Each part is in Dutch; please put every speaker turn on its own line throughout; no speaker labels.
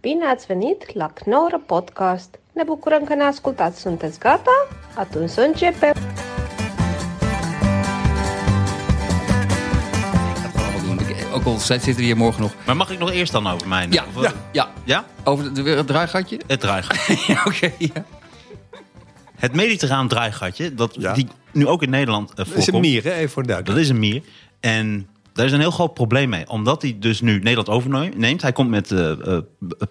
Bine ați venit la Knorr Podcast! Ne bucurăm că ne ascultați! Sunteți gata? Atunci să începem!
Dat gaan we allemaal doen. Ik- eh, Ook al zit- zitten we hier morgen nog.
Maar mag ik nog eerst dan over mijn...
Ja,
of- eh,
ja. ja.
Ja?
Over de, weer het draaigatje?
Het draaigat.
Ja, Oké. ja.
Het mediterraan draaigatje, dat
Ja.
die nu ook in Nederland eh,
Dat is
voorkomt.
een mier, hè? even voor de
Dat
duidelijkheid.
is een mier. En daar is een heel groot probleem mee. Omdat hij dus nu Nederland overneemt. Hij komt met eh, eh,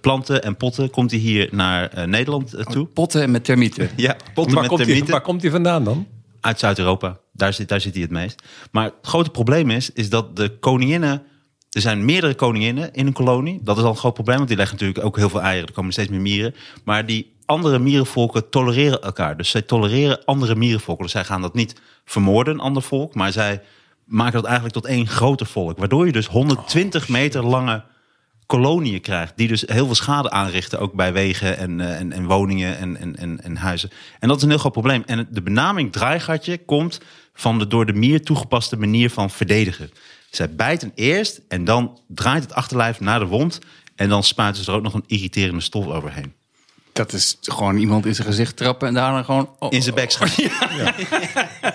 planten en potten komt hij hier naar eh, Nederland eh,
Oh.
toe.
Potten en met termieten.
Ja, potten
Waar
met
komt, die,
termieten.
waar komt die vandaan dan?
Uit Zuid-Europa. Daar zit, daar zit hij het meest. Maar het grote probleem is, is dat de koninginnen... Er zijn meerdere koninginnen in een kolonie. Dat is al een groot probleem, want die leggen natuurlijk ook heel veel eieren. Er komen steeds meer mieren. Maar die andere mierenvolken tolereren elkaar. Dus zij tolereren andere mierenvolken. Dus zij gaan dat niet vermoorden, een ander volk. Maar zij maken dat eigenlijk tot één groter volk. Waardoor je dus 120 meter lange koloniën krijgt. Die dus heel veel schade aanrichten. Ook bij wegen en, eh, en, en woningen en, en, en, en huizen. En dat is een heel groot probleem. En de benaming draaigatje komt van de door de mier toegepaste manier van verdedigen. Zij bijten eerst en dan draait het achterlijf naar de wond. En dan spuiten ze er ook nog een irriterende stof overheen.
Dat is gewoon iemand in zijn gezicht trappen en daarna gewoon... oh,
In zijn bek schuiven.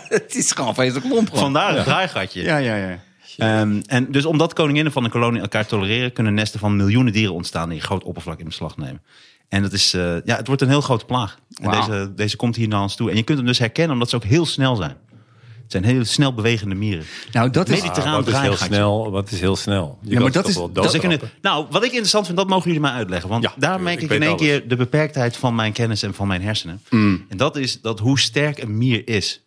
Het is gewoon feestelijk lomp gewoon.
Vandaar het draaigatje.
Ja, ja, ja.
Ehm, en dus omdat koninginnen van een kolonie elkaar tolereren, kunnen nesten van miljoenen dieren ontstaan die een groot oppervlak in beslag nemen. En dat is, eh, ja, het wordt een heel grote plaag. En
Wauw.
deze, deze komt hier naar ons toe. En je kunt hem dus herkennen omdat ze ook heel snel zijn. Het zijn heel snel bewegende mieren.
Nou, dat is...
Mediterraan
Ah, wat, is heel
draaigatje.
snel, wat is heel snel? Je kan
maar
ze
dat
toch
is-
wel
dat
Ze
is
doodtrappen.
kunnen, nou, wat ik interessant vind, dat mogen jullie mij uitleggen. Want
Ja,
daar
tuurlijk,
merk ik,
ik
in
weet
één
alles. Mm.
keer de beperktheid van mijn kennis en van mijn hersenen. En dat is dat hoe sterk een mier is.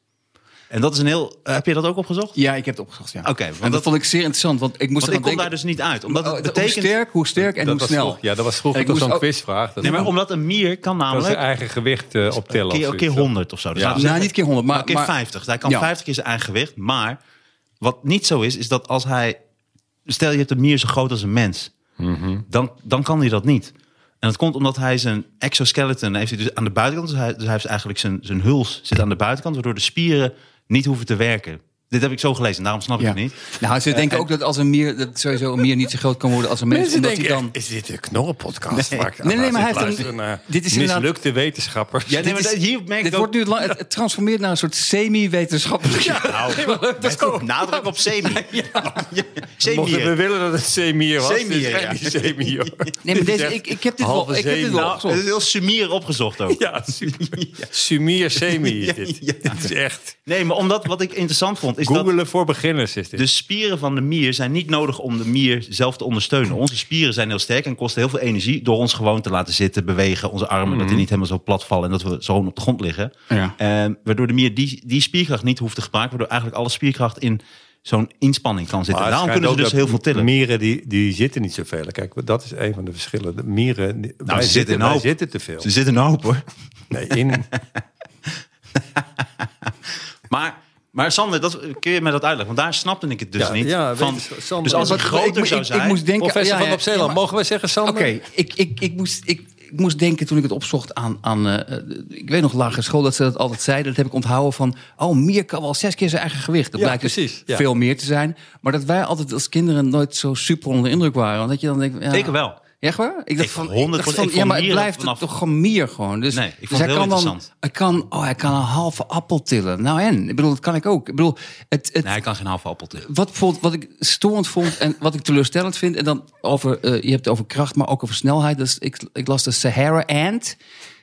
En dat is een heel... heb je dat ook opgezocht?
Ja, ik heb het opgezocht, ja.
Oké, want
en dat,
dat-
vond ik zeer interessant, want ik moest
Want ik kom
eraan
daar
denken...
dus niet uit. Omdat
Oh,
het
Hoe
betekent...
sterk, hoe sterk en
Dat
hoe
was
snel.
vroeg- ja, dat was
Ik
vroeg toch
moest
zo'n
ook-
quizvraag. Dat
Nee, maar
dat
omdat een mier kan
was zijn
namelijk...
eigen gewicht eh, optellen. of
keer,
zoiets,
keer
ja.
100 of zo. Dus
Ja.
laten we
Nou,
zeggen,
niet keer 100, maar-
nou, keer
maar-
50. Hij kan
Ja.
50 keer zijn eigen gewicht. Maar wat niet zo is, is dat als hij... Stel, je hebt een mier zo groot als een mens.
Mhm.
dan, dan kan hij dat niet. En dat komt omdat hij zijn exoskeleton heeft hij dus aan de buitenkant. Dus hij, dus hij heeft eigenlijk zijn, zijn huls zit aan de buitenkant, waardoor de spieren niet hoeven te werken. Dit heb ik zo gelezen, daarom snap ik
Ja.
het niet. Eh,
Nou, ze denken ook dat als een mier, dat sowieso een mier niet zo groot kan worden als een mens.
Mensen
omdat
denken,
hij dan...
echt, is dit een knorrenpodcast?
Nee.
waar ik aan
Nee, nee,
zit
maar hij
te
heeft een-
luisteren naar
dit is inderdaad-
Mislukte wetenschappers.
Ja, nee, maar
is-
dat- hier merk
Dit
ik
wordt
ook
nu het, la- het, het transformeert naar een soort semi-wetenschappelijk.
Nou, dat nadruk op semi. ja. Ja.
Mochten we
Semi.
willen dat het semier was.
Semier,
dit is
ja.
echt niet semier.
Nee, maar deze,
Dit is
ik, ik heb dit
halve
wel, ik heb dit
zeem.
wel
Nou,
Dat is
opgezocht.
heel sumier opgezocht ook.
Ja, super. Sumier semi is dit.
Ja, ja.
Dit is echt.
Nee, maar omdat wat ik interessant vond is dat
Googelen voor beginners is dit.
de spieren van de mier zijn niet nodig om de mier zelf te ondersteunen. Onze spieren zijn heel sterk en kosten heel veel energie door ons gewoon te laten zitten, bewegen, onze armen, dat
Mhm.
die niet helemaal zo plat vallen en dat we zo op de grond liggen.
Ja.
Ehm, waardoor de mier die, die spierkracht niet hoeft te gebruiken, waardoor eigenlijk alle spierkracht in zo'n inspanning kan zitten.
Maar het
Daarom kunnen ze
schijnt
dus
ook
heel veel
dat
tillen.
Mieren die, die zitten niet zoveel. Kijk, dat is een van de verschillen. De mieren, die- wij,
Nou, ze zitten
zitten,
een
wij
hoop.
zitten te veel.
Ze zitten een hoop hoor.
Nee, in,
Maar, maar Sander, dat, kun je mij dat uitleggen? Want daar snapte ik het dus
Ja,
niet.
ja,
van,
weet je, Sander-
dus als het
Want ik-
groter
ik,
zou
ik,
zijn...
ik moest denken,
professor
ja, ja,
van op Zeeland,
ja, maar-
mogen wij zeggen, Sander?
Oké, ik, ik, ik, moest, ik, ik moest denken toen ik het opzocht aan... aan eh, eh, ik weet nog, lagere school, dat ze dat altijd zeiden. Dat heb ik onthouden van... Oh, mier kan wel zes keer zijn eigen gewicht. Dat
Ja,
blijkt dus
precies, ja.
veel meer te zijn. Maar dat wij altijd als kinderen nooit zo super onder de indruk waren. Want dat je dan denkt... Ja,
Ik wel.
Echt waar? Ik dacht
Ik
van, ik
100%
dacht van,
ik
ja,
vond
maar het
mieren
blijft
vanaf-
toch gewoon mier gewoon. Dus,
Nee, ik vond
dus
het heel
hij kan dan,
interessant.
hij kan, oh, hij kan een halve appel tillen. Nou en, ik bedoel, dat kan ik ook. Ik bedoel, het, het,
Nee, hij kan geen halve appel tillen.
wat, bijvoorbeeld, wat ik storend vond en wat ik teleurstellend vind. En dan over, eh, je hebt het over kracht, maar ook over snelheid. Dus ik, ik las de Sahara Ant.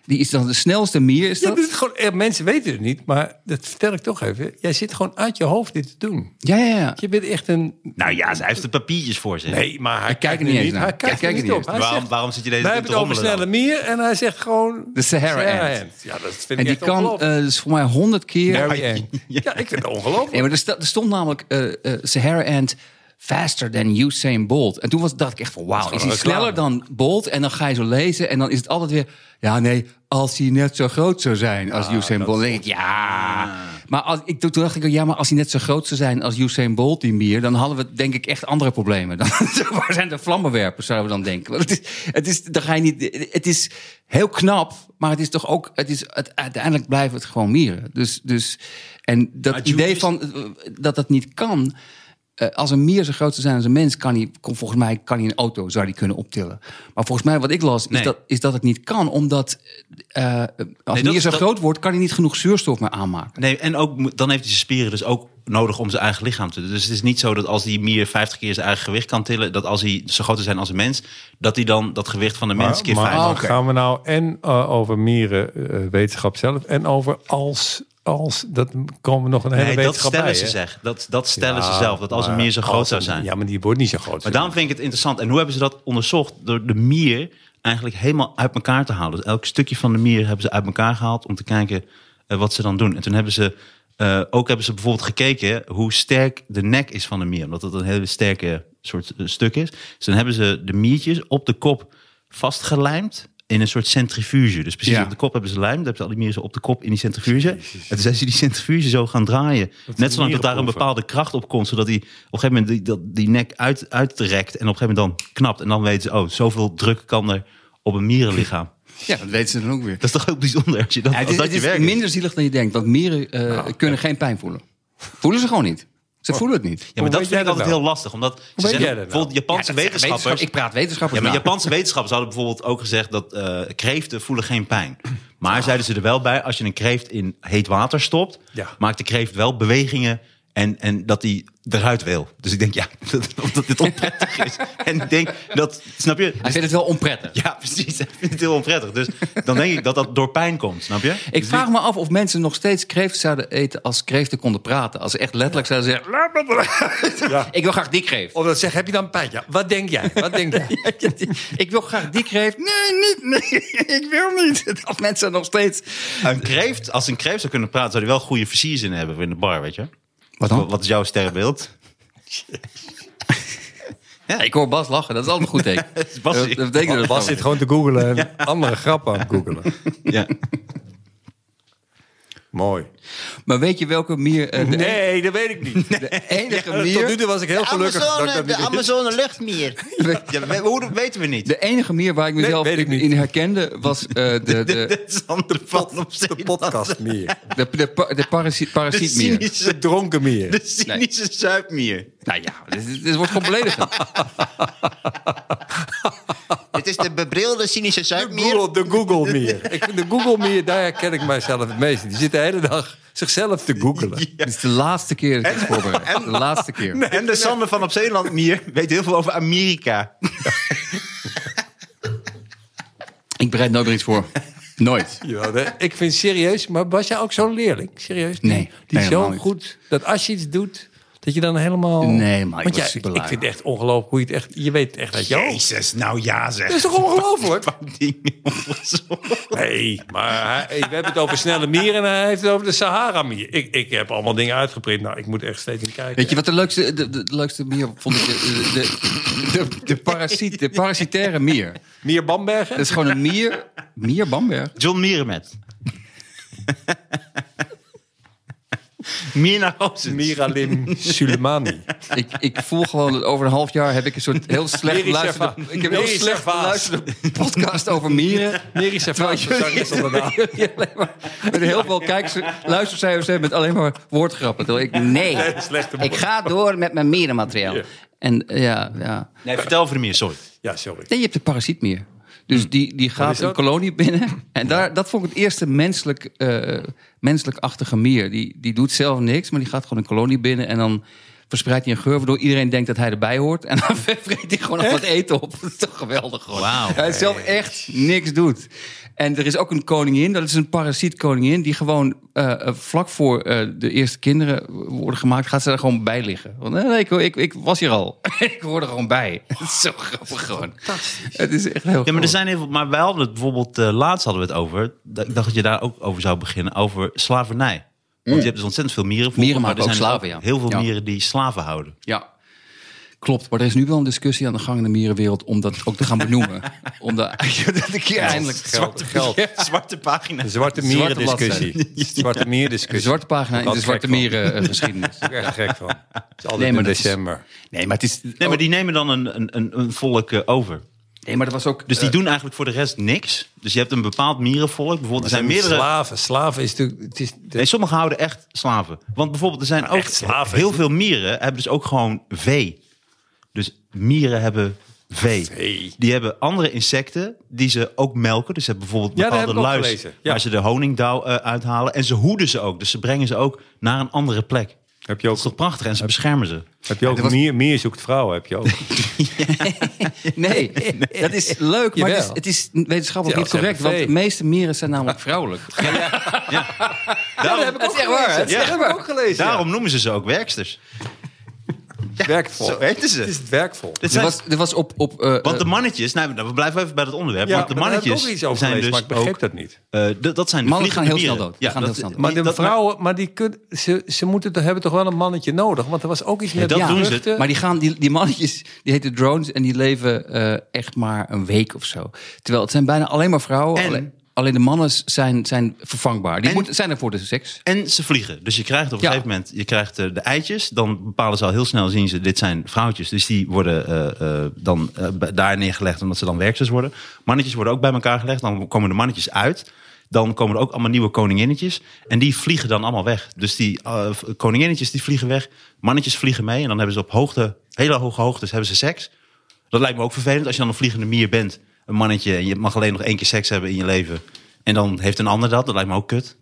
Die is dan de snelste mier, is
Ja,
dat?
dit is gewoon, eh, mensen weten het niet, maar dat vertel ik toch even. Jij zit gewoon uit je hoofd dit te doen.
Ja, ja, ja.
Je bent echt een...
Nou ja, hij heeft de papiertjes voor zich.
Nee, maar hij
kijkt
kijkt
er
er
niet eens
niet.
naar.
Hij
Hij
kijkt er
kijkt er niet
niet op.
eens
Hij
Waarom,
zegt-
waarom zit je deze
Wij
tijd
hebben
te
het over
rommelen
snelle
dan?
mier en hij zegt gewoon...
De Sahara Ant.
Ant. Ja, dat vind
En
ik
die
echt
kan
ongelooflijk.
eh, dus voor mij honderd keer...
Mary Ant. Ja, ik vind het ongelooflijk.
Ja, maar er, sta- er stond namelijk eh, eh, Sahara Ant faster than Usain Bolt. En toen was, dacht ik echt van, wauw, is hij
reclame.
sneller dan Bolt? En dan ga je zo lezen en dan is het altijd weer... Ja, nee, als hij net zo groot zou zijn als Usain Bolt. Dan denk ik, ja... Maar als, ik, toen dacht ik, ook, ja, maar als hij net zo groot zou zijn als Usain Bolt, die mier... dan hadden we denk ik echt andere problemen. Dan, waar zijn de vlammenwerpers, zouden we dan denken. Want het is, het is, dan ga je niet, het is heel knap, maar het is toch ook... Het is, het, uiteindelijk blijven het gewoon mieren. Dus, dus, en dat
Maar Jude
idee
is-
van eh, dat dat niet kan... eh, als een mier zo groot zou zijn als een mens, kan hij, kon, volgens mij kan hij een auto zou die kunnen optillen. Maar volgens mij, wat ik las,
Nee.
is, dat, is dat het niet kan. Omdat eh, eh, als een
dat-
mier zo
dat-
groot wordt, kan hij niet genoeg zuurstof meer aanmaken.
Nee, en ook, moet- dan heeft hij zijn spieren dus ook nodig om zijn eigen lichaam te doen. Dus het is niet zo dat als die mier 50 keer zijn eigen gewicht kan tillen, dat als hij zo groot zou zijn als een mens, dat hij dan dat gewicht van de mens keer
maar
50.
Ah, oké.
gaan we nou en eh, over mieren, eh, wetenschap zelf, en over als, als, dat komen we nog een hele
Nee, dat
wetenschap
stellen
bij,
ze
hè?
zeg. Dat, dat stellen ze
Ja,
zelf. Dat als een
maar
mier zo groot
als
zou
een-
zijn.
Ja, maar die wordt niet zo groot.
Maar daarom vind ik het interessant. En hoe hebben ze dat onderzocht? Door de mier eigenlijk helemaal uit elkaar te halen. Dus elk stukje van de mier hebben ze uit elkaar gehaald om te kijken eh, wat ze dan doen. En toen hebben ze eh, ook hebben ze bijvoorbeeld gekeken hoe sterk de nek is van de mier. Omdat dat een hele sterke soort eh, stuk is. Dus dan hebben ze de miertjes op de kop vastgelijmd. In een soort centrifuge. Dus precies
Ja.
op de kop hebben ze lijm. Dan hebben ze al die mieren zo op de kop in die centrifuge. En toen zijn ze die centrifuge zo gaan draaien. Net zolang dat daar een
mierenproeven.
bepaalde de kracht op komt, zodat hij op een gegeven moment die, dat, die nek uit, uitrekt en op een gegeven moment dan knapt. En dan weten ze, oh, zoveel druk kan er op een mierenlichaam.
Ja, dat weten ze dan ook weer.
Dat is toch ook bijzonder als je dat,
Ja, het
als
is,
dat
het
je
is
werk is.
minder zielig dan je denkt, want mieren eh, kunnen geen pijn voelen. Voelen ze gewoon niet. Ze voelen het niet.
Ja, maar
Hoe
dat
weet jij
vind ik
dat
altijd
nou?
heel lastig. Omdat ze
weet
zeggen,
jij dat nou?
bijvoorbeeld Japanse
Ja, dat zeggen
wetenschappers...
Ik praat wetenschappers
Ja, maar
na.
Japanse wetenschappers hadden bijvoorbeeld ook gezegd dat eh, kreeften voelen geen pijn. Maar zeiden ze er wel bij, als je een kreeft in heet water stopt,
Ja.
maakt de kreeft wel bewegingen en, en dat hij eruit wil. Dus ik denk, ja, dat, omdat dit onprettig is. En ik denk, dat, snap je?
Hij vindt het wel onprettig.
Ja, precies. Ik vind het heel onprettig. Dus dan denk ik dat dat door pijn komt, snap je?
Ik vraag me af of mensen nog steeds kreeft zouden eten als kreeften konden praten. Als ze echt letterlijk zouden zeggen, "Laat me praten." ik wil graag die kreeft.
Of Oh, dat zeg, heb je dan pijn? Ja, wat denk jij? Wat denk jij?
ik wil graag die kreeft. Nee, niet. Nee, ik wil niet. Als mensen nog steeds...
Dus Een kreeft, als een kreeft zou kunnen praten, zou hij wel goede versiers in hebben in de bar, weet je?
Wat dan?
Wat is jouw sterrenbeeld?
Ja, ik hoor Bas lachen. Dat is altijd een goed teken.
Bas-
dat betekent dat het
Bas zit gewoon te googelen en andere grappen aan het googelen.
Ja.
Mooi.
Maar weet je welke mier... eh, de,
Nee, dat weet ik niet.
de enige
Tot
mier...
nu toe was ik heel Oh, gelukkig dat ik dat niet wist.
Amazone luchtmier. Ja, we- hoe weten we niet?
De enige mier waar ik mezelf
weet ik
in-
niet.
in herkende was eh, de, de,
Dit is andere van op Zeeland.
De podcast meer.
de, de, pa- de parasiet,
De
parasietmier.
De
cynische,
dronken meer.
de cynische zuipmier.
Nou ja, dit, dit- dit wordt gewoon beledigend.
Het is de bebrilde cynische
Google, de Google meer. Ik vind de Google meer, daar herken ik mijzelf het meest. in. Die zit de hele dag zichzelf te googelen.
Dit is de laatste keer dat ik het voorbereid. De laatste keer.
En de Sander van op Zeeland mier weet heel veel over Amerika.
Ik bereid nooit meer iets voor. Nooit.
Ja, de- ik vind serieus, maar was jij ook zo'n leerling? Serieus? Die-
Nee,
Die
nee, helemaal
zo
niet.
goed, dat als je iets doet, dat je dan helemaal...
Nee, maar ik
Want
was
jij-
superlui.
ik vind het echt ongelooflijk hoe je het echt... Je weet het echt uit je hoofd.
Jezus, nou ja zeg.
Dat is toch ongelooflijk?
Dingen opgezocht.
Nee, maar hij- we hebben het over snelle mieren en hij heeft het over de Sahara-mier. Ik, ik heb allemaal dingen uitgeprint. Nou, ik moet echt steeds in kijken.
Weet je wat de leukste, de, de, de leukste mier vond ik? De, de, de, de, parasiet, de parasitaire mier.
Mier Bambergen?
Dat is gewoon een mier. Mier Bamberg.
John Mierenmet. Mier naar Hozen.
Miralim Sulemani.
Ik, ik voel gewoon dat over een half jaar heb ik een soort heel slecht
Meri
geluisterde...
Servaas.
Ik heb een heel
Meri
slecht
Servaas.
geluisterde podcast over mieren.
Miri Servaas, de zangeres onder naam.
Jullie alleen maar met heel veel kijkers, luistercijfers hebben met alleen maar woordgrappen. Terwijl ik, nee,
slechte
ik ga door met mijn mierenmateriaal.
Ja.
En eh, ja, ja.
Nee, vertel over de mier, sorry.
Ja, sorry.
Nee, je hebt de parasiet meer. Dus die, die gaat een
dat?
kolonie binnen. En daar, dat vond ik het eerste menselijk, eh, menselijk-achtige mier. Die, die doet zelf niks, maar die gaat gewoon een kolonie binnen. En dan verspreidt hij een geur, waardoor iedereen denkt dat hij erbij hoort. En dan vreet hij gewoon al het eten op. Dat is toch geweldig gewoon.
Wauw.
Hij zelf echt niks doet. En er is ook een koningin, dat is een parasietkoningin... die gewoon eh, eh, vlak voor eh, de eerste kinderen worden gemaakt... gaat ze daar gewoon bij liggen. Want, eh, nee, ik, ik, ik was hier al. ik hoor er gewoon bij. Het is zo grappig gewoon. Fantastisch. Het is echt heel
Ja, maar, er
goed.
zijn heel veel, maar wij hadden het bijvoorbeeld, eh, laatst hadden we het over. dat- Ik dacht dat je daar ook over zou beginnen, over slavernij. Want je hebt dus ontzettend veel mieren. voor,
Hmm. Mieren
maar
maken
er
ook
zijn dus
slaven, ja.
Heel veel
Ja.
mieren die slaven houden.
Ja, klopt. Maar er is nu wel een discussie aan de gang in de mierenwereld... om dat ook te gaan benoemen. om de, dat ik hier eindelijk...
Geld, geld.
Zwarte pagina.
Dus-
De zwarte mieren-discussie. De zwarte
De
mieren-discussie.
zwarte pagina in
Wat
de zwarte eh,
gek van.
mierengeschiedenis.
Ik ben echt gek van. Het is altijd
Nee, maar
in
dat is-
december.
nee, maar het is...
Nee, maar die nemen dan een, een, een, een volk eh, over.
Nee, maar dat was ook...
Dus die
eh,
doen eigenlijk voor de rest niks. Dus je hebt een bepaald mierenvolk. Bijvoorbeeld, er zijn
Zijn
meerdere...
Slaven, slaven is natuurlijk... Het is,
Nee, sommigen houden echt slaven. Want bijvoorbeeld, er zijn ook
echt slaven,
heel
is-
veel mieren hebben dus ook gewoon vee. Dus mieren hebben vee.
Vee.
Die hebben andere insecten die ze ook melken. Dus ze hebben bijvoorbeeld
Ja, dat
bepaalde
heb ik ook
luis
gelezen. Ja.
waar ze de honingdauw eh, uithalen. En ze hoeden ze ook. Dus ze brengen ze ook naar een andere plek.
heb je
Dat is toch prachtig? En ze beschermen ze.
heb je ook
Er was-
meer, meer zoekt vrouwen, heb je ook.
Nee, dat is leuk, maar het is,
Jawel.
het is wetenschappelijk
Ja,
niet
ze
correct.
hebben
Want de
vee.
meeste mieren zijn namelijk vrouwelijk.
Daarom,
Dat is echt waar. hè? Dat is
Ja.
echt waar.
daarom noemen ze ze ook werksters.
werkvol.
Zo heten
Het is
ze.
het werkvol.
Dit
Er
zijn
was, er was op... op eh,
Want de mannetjes, nou, we blijven even bij dat onderwerp. want de
maar daar heb ik
mannetjes
ook iets over
zijn
gelezen,
dus
maar ik begreep
ook,
dat niet.
eh, d- dat zijn de
Mannen gaan
vliegende
heel snel
mieren.
dood. Die gaan heel snel dood.
Maar de
dat-
vrouwen, maar die kun, ze, ze moeten toch, hebben toch wel een mannetje nodig? Want er was ook iets met
dat doen ze.
vruchten.
eh, Maar die, gaan, die, die mannetjes, die heten drones en die leven eh, echt maar een week of zo. Terwijl het zijn bijna alleen maar vrouwen.
En-
Alleen, alleen de mannen zijn, zijn vervangbaar. Die
En-
moeten, zijn er voor de seks.
En ze vliegen. Dus je krijgt op een
Ja.
gegeven moment je krijgt, eh, de eitjes. Dan bepalen ze al heel snel, zien ze, dit zijn vrouwtjes. Dus die worden eh, eh, dan eh, bij- daar neergelegd, omdat ze dan werksters worden. Mannetjes worden ook bij elkaar gelegd. Dan komen de mannetjes uit. Dan komen er ook allemaal nieuwe koninginnetjes. En die vliegen dan allemaal weg. Dus die eh, v- koninginnetjes die vliegen weg. Mannetjes vliegen mee. En dan hebben ze op hoogte, hele hoge hoogtes, hebben ze seks. Dat lijkt me ook vervelend als je dan een vliegende mier bent. Een mannetje. En je mag alleen nog één keer seks hebben in je leven. En dan heeft een ander dat. Dat lijkt me ook kut.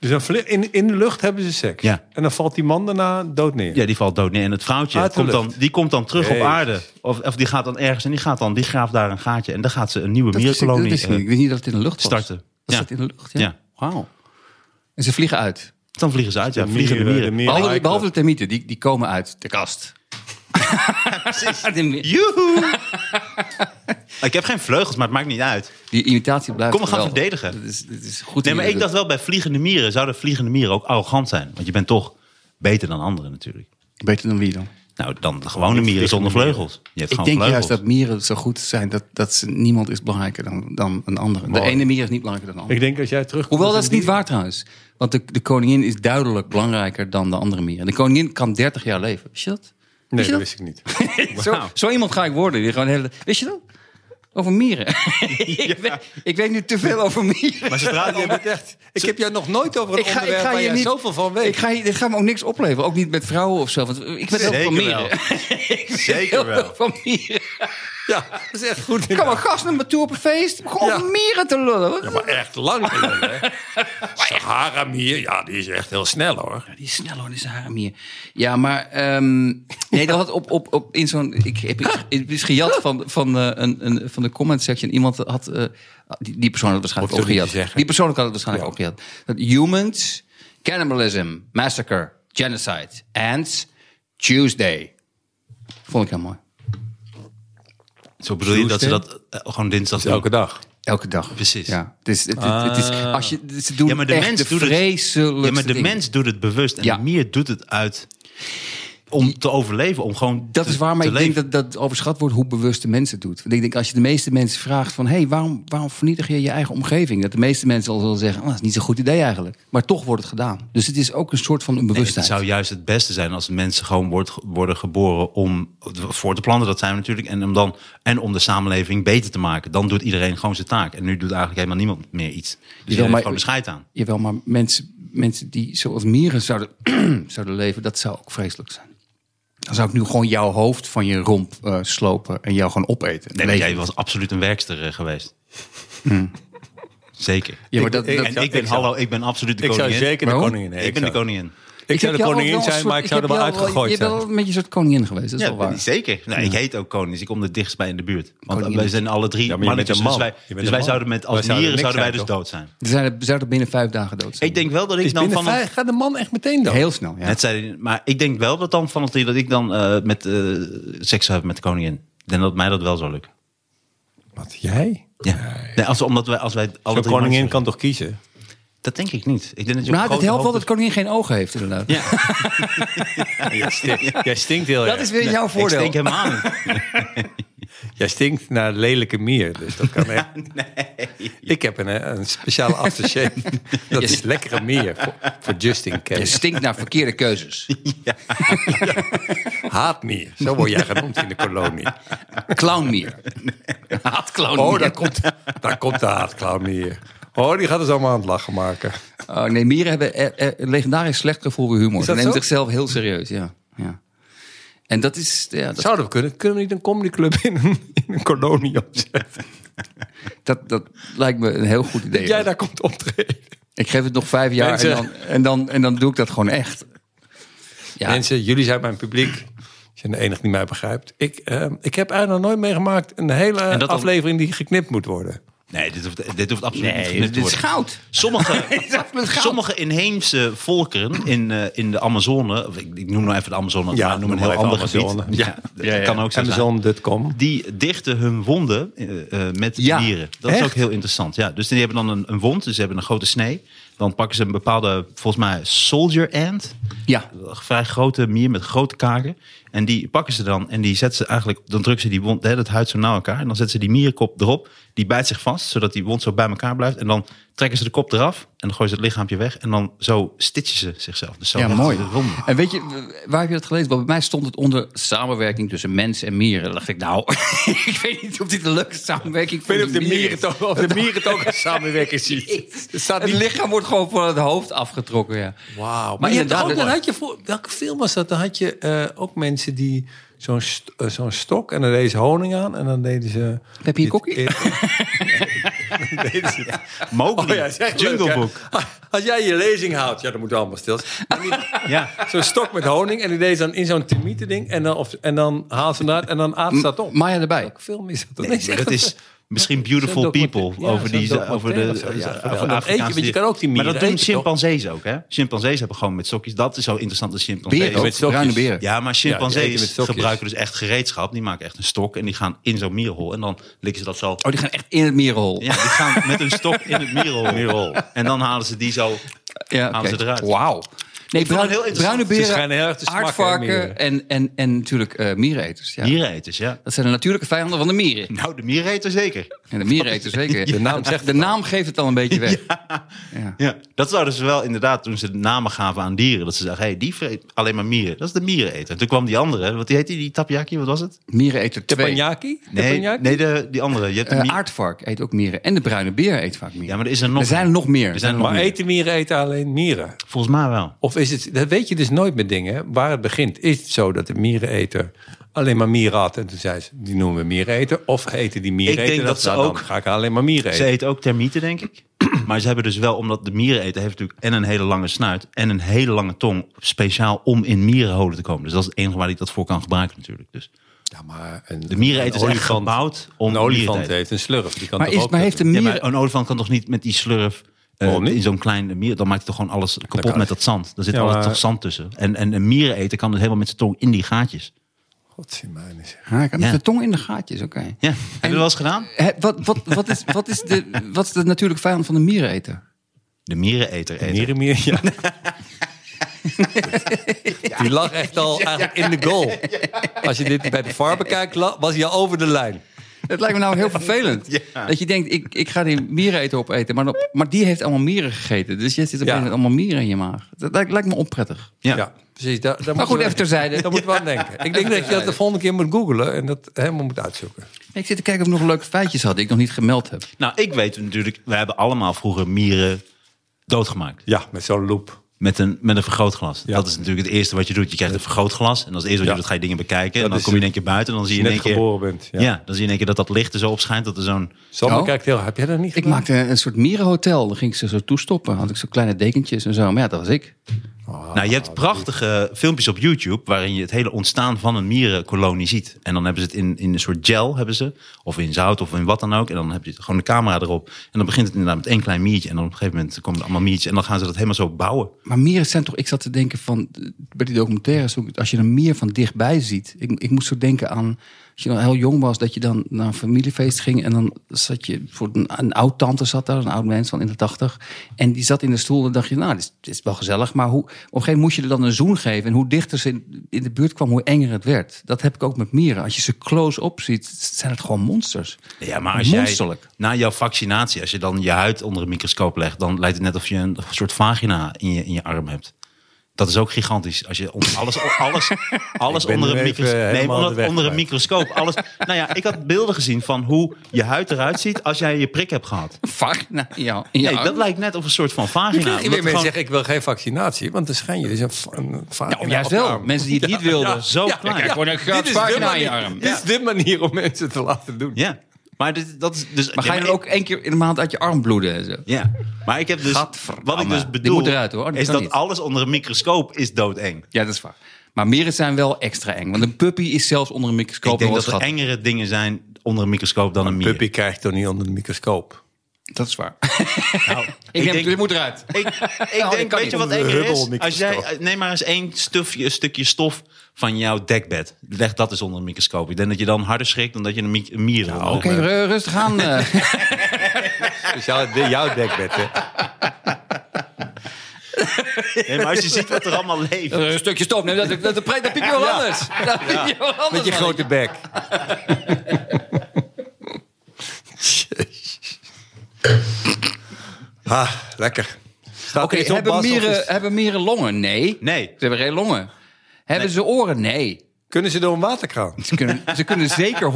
Dus een vli- in, in de lucht hebben ze seks.
Ja.
En dan valt die man daarna dood neer.
Ja, die valt dood neer. En het
Ah,
vrouwtje
Uit de
komt dan,
lucht.
die komt dan terug op
Jezus.
aarde. Of, of die gaat dan ergens en die, gaat dan, die graaft daar een gaatje. En dan gaat ze een nieuwe
Dat wist ik, dat
mierkolonie
wist ik
eh,
niet. Ik wist niet dat het in de lucht was.
starten.
Dat
Ja.
staat in de lucht, ja.
Ja.
Wauw. En ze vliegen uit.
eh, Dan vliegen ze uit. Ja,
De
vliegen de
mieren,
mieren.
de mieren.
Behalve,
High
behalve de
club.
termieten, die, die komen uit de kast. Die-
Joehoe! ik heb geen vleugels, maar het maakt niet uit.
Die imitatie blijft
Kom, we gaan
geweldig.
verdedigen.
Dat is, dat is goed.
Nee,
in
maar
de-
ik dacht wel, bij vliegende mieren zouden vliegende mieren ook arrogant zijn. Want je bent toch beter dan anderen natuurlijk.
Beter dan wie dan?
Nou, dan de gewone mieren zonder vleugels. Je hebt
Ik
gewoon
denk
vleugels.
juist dat mieren zo goed zijn dat, dat ze, niemand is belangrijker dan, dan een andere. De
Mooi.
ene mier is niet belangrijker dan de andere.
Ik denk als jij terugkomt...
Hoewel dat
als
is
een
niet waar trouwens. Want de, de koningin is duidelijk belangrijker dan de andere mieren. De koningin kan 30 jaar leven. Wist je dat?
dier- Nee,
je
dat
dat?
wist ik niet.
Zo, zo iemand ga ik worden. Die gewoon de hele, wist je dat? Over mieren. ik, weet, ik weet nu te veel over mieren.
Maar ze draaien
Je bent echt, ik heb jou nog nooit over een
Ik ga, ik
onderwerp
ga
waar
hier
jij
niet,
zoveel van weet.
Ik ga hier, dit gaat me ook niks opleveren. Ook niet met vrouwen of zo. Want ik weet heel veel van
Zeker wel.
mieren.
Zeker wel.
Van mieren.
Ja, dat is echt goed.
Kom een gast naar me toe op een feest. Gewoon
Ja.
over mieren te lullen. Wat-
Ja, maar echt lang geleden, hè? Sahara-mier, ja, die is echt heel snel, hoor.
Die is snel hoor, die Sahara mier. Ja, maar ehm, nee, dat had op, op, op in zo'n. Ik heb iets- het is gejat van, van, eh, een, een, van de comment section. Iemand had eh, die, die persoon had het waarschijnlijk ook
Hoeft het niet
gejat.
te zeggen.
Die persoon had het waarschijnlijk ook gejat. Dat humans, cannibalism, massacre, genocide, ants, Tuesday. Vond ik heel mooi.
Zo bedoel je dat ze dat eh, gewoon dinsdag doen.
Elke dag.
Elke dag.
Precies. Ah.
Ja. Het is, het, het, het is, als je, ze doen
Ja, maar de
echt
mens
de
doet het-
vreselijkste
Ja, maar de
dingen.
mens doet het bewust. En
Ja.
de mier doet het uit om te overleven. Om gewoon
Dat
te-
is waar, maar
te
ik denk
leven.
dat dat overschat wordt hoe bewust de mensen het doet. Want ik denk als je de meeste mensen vraagt van... hé, hey, waarom, waarom vernietig je je eigen omgeving? Dat de meeste mensen al zullen zeggen, oh, dat is niet zo'n goed idee eigenlijk. Maar toch wordt het gedaan. Dus het is ook een soort van een
Het
bewustzijn.
zou juist het beste zijn als mensen gewoon wordt, worden geboren om voor te planten. Dat zijn we natuurlijk. En om, dan, en om de samenleving beter te maken. Dan doet iedereen gewoon zijn taak. En nu doet eigenlijk helemaal niemand meer iets. Dus je
maar-
heeft gewoon de scheid aan.
Jawel, maar mensen, mensen die zoals mieren zouden, zouden leven... dat zou ook vreselijk zijn. Dan zou ik nu gewoon jouw hoofd van je romp eh, slopen... en jou gewoon opeten.
Nee, maar
Leven.
jij was absoluut een werkster eh, geweest. Zeker.
Hm. Ja, maar dat-
Ik- ik-
dat-
en
zou-
ik ben,
ik zou-
hallo, ik ben absoluut de
Ik zou
koningin.
zeker de
Waarom?
koningin nee,
ik ben de koningin.
Ik zou de
heb jou ook
koningin
wel een
zijn,
soort-
maar ik zou er wel
heb jou
uitgegooid
Je bent
zijn.
wel een beetje een soort koningin geweest, dat is
Ja,
wel waar.
zeker. Nou, Ik heet ook koning, dus ik kom het dichtst bij in de buurt. Want
Koningin.
wij zijn alle drie
Ja, maar je
mannetjes,
bent een
dus
man.
wij,
Je bent
dus
een
wij
man.
zouden met
Wij
als
zouden
dieren
niks
zouden wij
zijn,
dus
toch?
dood zijn.
Ze zouden, zouden binnen vijf dagen dood zijn.
Ik denk wel dat ik
Is
dan
binnen
van het-
vijf- gaat de man echt meteen dan?
Heel snel, ja.
Net zei, hij, maar ik denk wel dat dan van het dat ik dan eh, met eh, seks zou hebben met de koningin. Ik denk dat mij dat wel zou lukken.
Wat, jij?
Ja. Nee, als, omdat wij, als wij alle
De
drie
koningin
mannetjes-
kan toch kiezen?
Dat denk ik niet. Ik denk dat je
Nou,
op
het
grote
helpt wel dat
hoogte-
koningin geen ogen heeft, inderdaad.
Jij stinkt, jij stinkt heel erg.
Dat is weer jouw
Ik
voordeel.
denk helemaal niet.
Jij stinkt naar lelijke mier, dus dat kan echt. Ik heb een, eh, een speciale aftershave. Dat is lekkere mier voor, voor Justin
Je
Case.
stinkt naar verkeerde keuzes.
Haatmier, zo word jij genoemd in de kolonie.
Clownmier. Haatclownmier.
Oh, daar komt, daar komt de haatklauwmier. Oh, die gaat ons allemaal aan het lachen maken.
Oh, nee, mieren hebben eh, eh, een legendarisch slecht gevoel voor humor.
Is
Ze
dat
nemen
zo?
zichzelf heel serieus, ja. ja. En dat is, ja, dat,
Zouden we kunnen? Kunnen we niet een comedyclub in een, in een kolonie opzetten?
dat, dat lijkt me een heel goed idee.
Jij daar komt optreden.
Ik geef het nog vijf jaar en
Mensen-
dan, en, dan, en dan doe ik dat gewoon echt. Ja,
Mensen, jullie zijn mijn publiek. Je zijn de enige die mij begrijpt. Ik, eh, ik heb eigenlijk nog nooit meegemaakt een hele
dat dan-
aflevering die geknipt moet worden.
Nee, dit hoeft, dit hoeft absoluut niet
nee,
geknipt te
dit is
worden.
goud.
Sommige,
absoluut goud.
sommige inheemse volkeren in, eh, in de Amazone, of ik, ik noem nou even de Amazone,
Ja,
maar ik noem een
noem
heel
maar even
ander
Amazone.
gebied. Ja, dat kan ook zo zijn.
Amazon.com.
Die dichten hun wonden eh, eh, met
Ja,
dieren. Dat
echt?
is ook heel interessant. Ja, dus die hebben dan een, een wond, dus ze hebben een grote snee. Dan pakken ze een bepaalde, volgens mij, soldier ant.
Ja,
Een Vrij grote mier met grote kaken. En die pakken ze dan en die zetten ze eigenlijk, dan drukken ze die wond, hè, dat huid zo naar elkaar. En dan zetten ze die mierenkop erop. Die bijt zich vast, zodat die wond zo bij elkaar blijft. En dan trekken ze de kop eraf en dan gooien ze het lichaampje weg. En dan zo stitchen ze zichzelf. Dus zo
ja
wordt
mooi.
het wonder.
Oh,
En weet je, w- waar heb je dat gelezen? Want bij mij stond het onder samenwerking tussen mens en mieren. Dan dacht ik, nou, ik weet niet of dit een leuke samenwerking
Ik weet niet
van
of de mieren
is.
het ook, of de mieren het ook als samenwerking ziet. Er staat
Het
niet...
lichaam wordt gewoon van het hoofd afgetrokken, ja.
Wauw. Maar,
Maar
je hebt
inderdaad,
ook,
dat-
dan had je voor, welke film was dat? Dan had je eh, ook mensen die zo'n st- eh, zo'n stok en dan deden ze honing aan en dan deden ze...
Heb je een kokkie?
dit- dit- deden ze-
Mowgli,
Oh ja, is echt
Jungle
leuk, hè?
Book.
Als jij je lezing houdt, ja, dan moet allemaal stil. zijn. Maar niet-
Ja.
Zo'n stok met honing en die deed ze dan in zo'n termieten ding en dan, of, en dan haalt ze hem eruit en dan aat ze dat op.
Maya erbij.
Welke film is dat?
Nee,
is
maar
echt
dat
een-
is misschien Beautiful
zo'n
People.
documentaire-
over
ja, zo'n
die, over de,
documentaire of zo, ja.
over de
Ja, dat eet je,
Afrikaanse
want je kan ook die
Maar
mieren
dat doen
eten, toch?
chimpansees ook, hè? Chimpansees hebben gewoon met stokjes. Dat is zo interessant als chimpansees.
Beren, ook,
met stokjes.
bruine beren.
Ja, maar
Ja, die eten met
chimpansees
stokjes.
gebruiken dus echt gereedschap. Die maken echt een stok en die gaan in zo'n mierenhol. En dan likken ze dat zo.
Oh, die gaan echt in het mierenhol.
Ja, die gaan met een stok in het mierenhol. En dan halen ze die zo.
Ja,
Halen
oké.
ze eruit.
Wauw. Nee,
vond het
bruin,
heel interessant.
bruine
Ze
beren,
schijnen heel erg te smakken, hè,
aardvarken
mieren.
en, en, en natuurlijk eh, miereneters. Ja.
Miereneters, ja.
Dat zijn de natuurlijke vijanden van de mieren.
Nou, de miereneter zeker.
En de miereneters zeker.
De naam zegt
de naam geeft het al een beetje weg.
Ja, dat zouden ze wel inderdaad toen ze de namen gaven aan dieren. Dat ze zeggen, hé, die vreet alleen maar mieren. Dat is de miereneter. En toen kwam die andere, wat die heette die, die tapiaki, wat was het?
Miereneter 2.
Teppanyaki?
Nee,
Teppanyaki?
nee de, die andere. Je hebt de
Eh,
mier-
aardvark eet ook mieren. En de bruine beer eet vaak mieren.
Ja, maar er is er nog.
er zijn er nog meer.
Er zijn er nog
Maar
meer.
eten mieren eten alleen mieren?
Volgens mij wel.
Of is het, dat weet je dus nooit met dingen, hè? waar het begint. Is het zo dat de miereneter alleen maar mieren had en toen zei ze, die noemen we miereneter? Of eten die miereneter
Ik denk dat ze
nou, dan
ook-
ga ik alleen maar mieren
Ze
eten.
eten ook termieten, denk ik. Maar ze hebben dus wel, omdat de mieren eten, heeft natuurlijk en een hele lange snuit en een hele lange tong. Speciaal om in mierenholen te komen. Dus dat is het enige waar hij dat voor kan gebruiken natuurlijk. Dus
Ja, maar een,
de miereneter is echt
olifant-
gebouwd om
Een
mieren te
olifant
eten.
heeft een slurf. Die kan
Maar,
toch
is,
ook
maar
dat
heeft de
doen?
Ja,
mieren...
maar een olifant kan toch niet met die slurf eh,
Waarom niet?
in zo'n kleine mier. Dan maakt hij toch gewoon alles kapot
kan
met
niet.
dat zand. Daar zit
Ja,
altijd
maar-
toch zand tussen. En, en een miereneter kan dus helemaal met zijn tong in die gaatjes.
Godzijdank, zeg.
Ah, ik had met
Ja.
de tong in de gaatjes, oké.
Ja, heb je dat wel eens gedaan?
Hè, Wat, wat, wat, is, wat, is de, wat is de natuurlijke vijand van de miereneter?
De miereneter eten.
Mierenmier, ja. Die lag echt al eigenlijk in de goal. Als je dit bij de VAR bekijkt, la- was hij al over de lijn.
Dat lijkt me nou heel vervelend. Dat je denkt, ik, ik ga die miereneter opeten. Maar, dan- maar die heeft allemaal mieren gegeten. Dus je zit op
Ja.
een met allemaal mieren in je maag. Dat lijkt, lijkt me onprettig.
Ja,
Ja.
precies. Daar,
Maar
daar moeten
goed,
we-
even terzijde.
Daar moeten we aan denken. Ik denk dat je dat de volgende keer moet googlen en dat helemaal moet uitzoeken.
Ik zit te kijken of ik nog leuke feitjes had die ik nog niet gemeld heb.
Nou, ik weet natuurlijk, we hebben allemaal vroeger mieren doodgemaakt.
Ja, met zo'n loop.
Met een, met een vergrootglas.
Ja.
Dat is natuurlijk het eerste wat je doet. Je krijgt een vergrootglas. En als het eerste wat
Ja.
je doet, ga je dingen bekijken.
Dat
en dan
is
kom je in één keer buiten. En dan zie je in
net
één keer.
geboren bent, ja.
Ja. dan zie je in één keer dat dat licht er zo op schijnt. Dat er zo'n.
Sander
Oh.
kijkt heel hard. Heb jij dat niet
Ik
gedaan?
maakte een soort mierenhotel. Daar ging ik ze zo toestoppen. Had ik zo kleine dekentjes en zo. Maar ja, dat was ik.
nou, je hebt prachtige filmpjes op YouTube. waarin je het hele ontstaan van een mierenkolonie ziet. En dan hebben ze het in, in een soort gel, hebben ze. Of in zout of in wat dan ook. En dan heb je het- gewoon de camera erop. En dan begint het inderdaad met één klein miertje. En dan op een gegeven moment komen er allemaal miertjes. En dan gaan ze dat helemaal zo bouwen.
Maar mieren zijn toch... Ik zat te denken van... eh, Bij die documentaires, ook, als je een mier van dichtbij ziet... Ik, ik moest zo denken aan als je nog heel jong was, dat je dan naar een familiefeest ging. En dan zat je, voor een, een oud tante zat daar, een oud mens van in de tachtig. En die zat in de stoel en dacht je, nou, dit is, dit is wel gezellig. Maar hoe, op een gegeven moment moest je er dan een zoen geven. En hoe dichter ze in, in de buurt kwam, hoe enger het werd. Dat heb ik ook met mieren. Als je ze close-up ziet, zijn het gewoon monsters.
Ja, maar als jij,
Monsterlijk.
na jouw vaccinatie, als je dan je huid onder een microscoop legt, dan lijkt het net of je een soort vagina in je, in je arm hebt. Dat is ook gigantisch. Als je onder alles, alles, alles
ben
onder,
nu
een
even
micros-
helemaal
nee, maar
de
onder,
weg
onder een
kwijt.
microscoop. Alles, nou ja, ik had beelden gezien van hoe je huid eruit ziet als jij je prik hebt gehad.
Vagina in jou.
Nee, dat lijkt net of een soort van vagina.
Ik wil
Omdat gewoon-
zeggen, ik wil geen vaccinatie, want dan schijn je dus een, va- een vagina
Nou, juist
op je
wel.
arm.
Mensen die het niet wilden.
ja, zo klein.
kijk, gewoon een groot
Dit is de
varken aan je
manier-
arm.
Dit is de manier om mensen te laten doen.
Ja, maar dit, dat is dus.
Maar ga je
ja,
dan ook één keer in de maand uit je arm bloeden? en zo?
Ja, maar ik heb dus.
Gadverdamme.
Wat ik dus
Die
bedoel.
moet eruit, hoor. Die
Is
kan
dat
niet.
alles onder een microscoop is doodeng.
Ja, dat is waar. Maar meren zijn wel extra eng. Want een puppy is zelfs onder een microscoop
Ik denk
wel
dat er
schattig.
engere dingen zijn onder een microscoop dan een mier.
Puppy krijgt toch niet onder de microscoop.
Dat is waar.
Nou,
ik neem
denk-
dit moet eruit.
Ik, ik
Oh, dat
denk,
kan
weet
niet.
je wat
Onder de
enger is?
Hubble-microscoop.
Als jij, neem maar eens één stufje, stukje stof van jouw dekbed. Leg dat eens onder een microscoop. Ik denk dat je dan harder schrikt dan dat je een mi- een mier onder-
Oké, ru- rustig aan. eh.
Dus jouw, de- jouw dekbed, hè?
Nee, maar als je ziet wat er allemaal leeft.
Eh, een stukje stof. Nee, dat, dat, dat, dat piep je wel anders. Dat piep je wel anders,
Met je
man.
grote bek. ah, lekker. Staat
Oké,
er iets op,
hebben,
Bas, of
mieren,
is-
hebben mieren longen? Nee.
Nee.
Ze hebben geen longen. Hebben ze oren? Nee.
Kunnen ze door een waterkraan?
Ze kunnen, ze kunnen zeker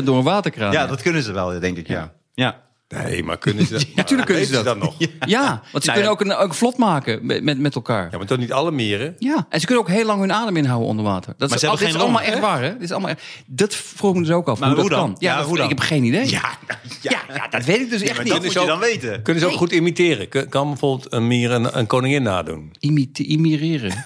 100% door een waterkraan.
Ja, dat kunnen ze wel, denk ik. Ja. ja.
Nee, maar kunnen ze dat?
natuurlijk kunnen ze
weten
dat.
dan nog. Ja.
Ja, want ze
Nou
kunnen
ja.
ook, een, ook vlot maken met, met, met elkaar.
maar toch niet alle mieren?
Ja, en ze kunnen ook heel lang hun adem inhouden onder water. Dat
Maar
is,
ze hebben
dit is
geen
allemaal
longen,
echt
hè?
waar, hè? Dit is allemaal echt- dat vroeg me dus ook af.
Maar
hoe,
hoe
dat
dan?
kan. Ja,
Ja,
dat-
hoe dan?
Ik heb geen idee.
Ja, ja.
ja, ja, dat weet ik dus echt
maar
niet.
dat moet je dan weten.
Kunnen ze ook goed imiteren? Kun- Kan bijvoorbeeld een mier een, een koningin nadoen?
Imite, imireren.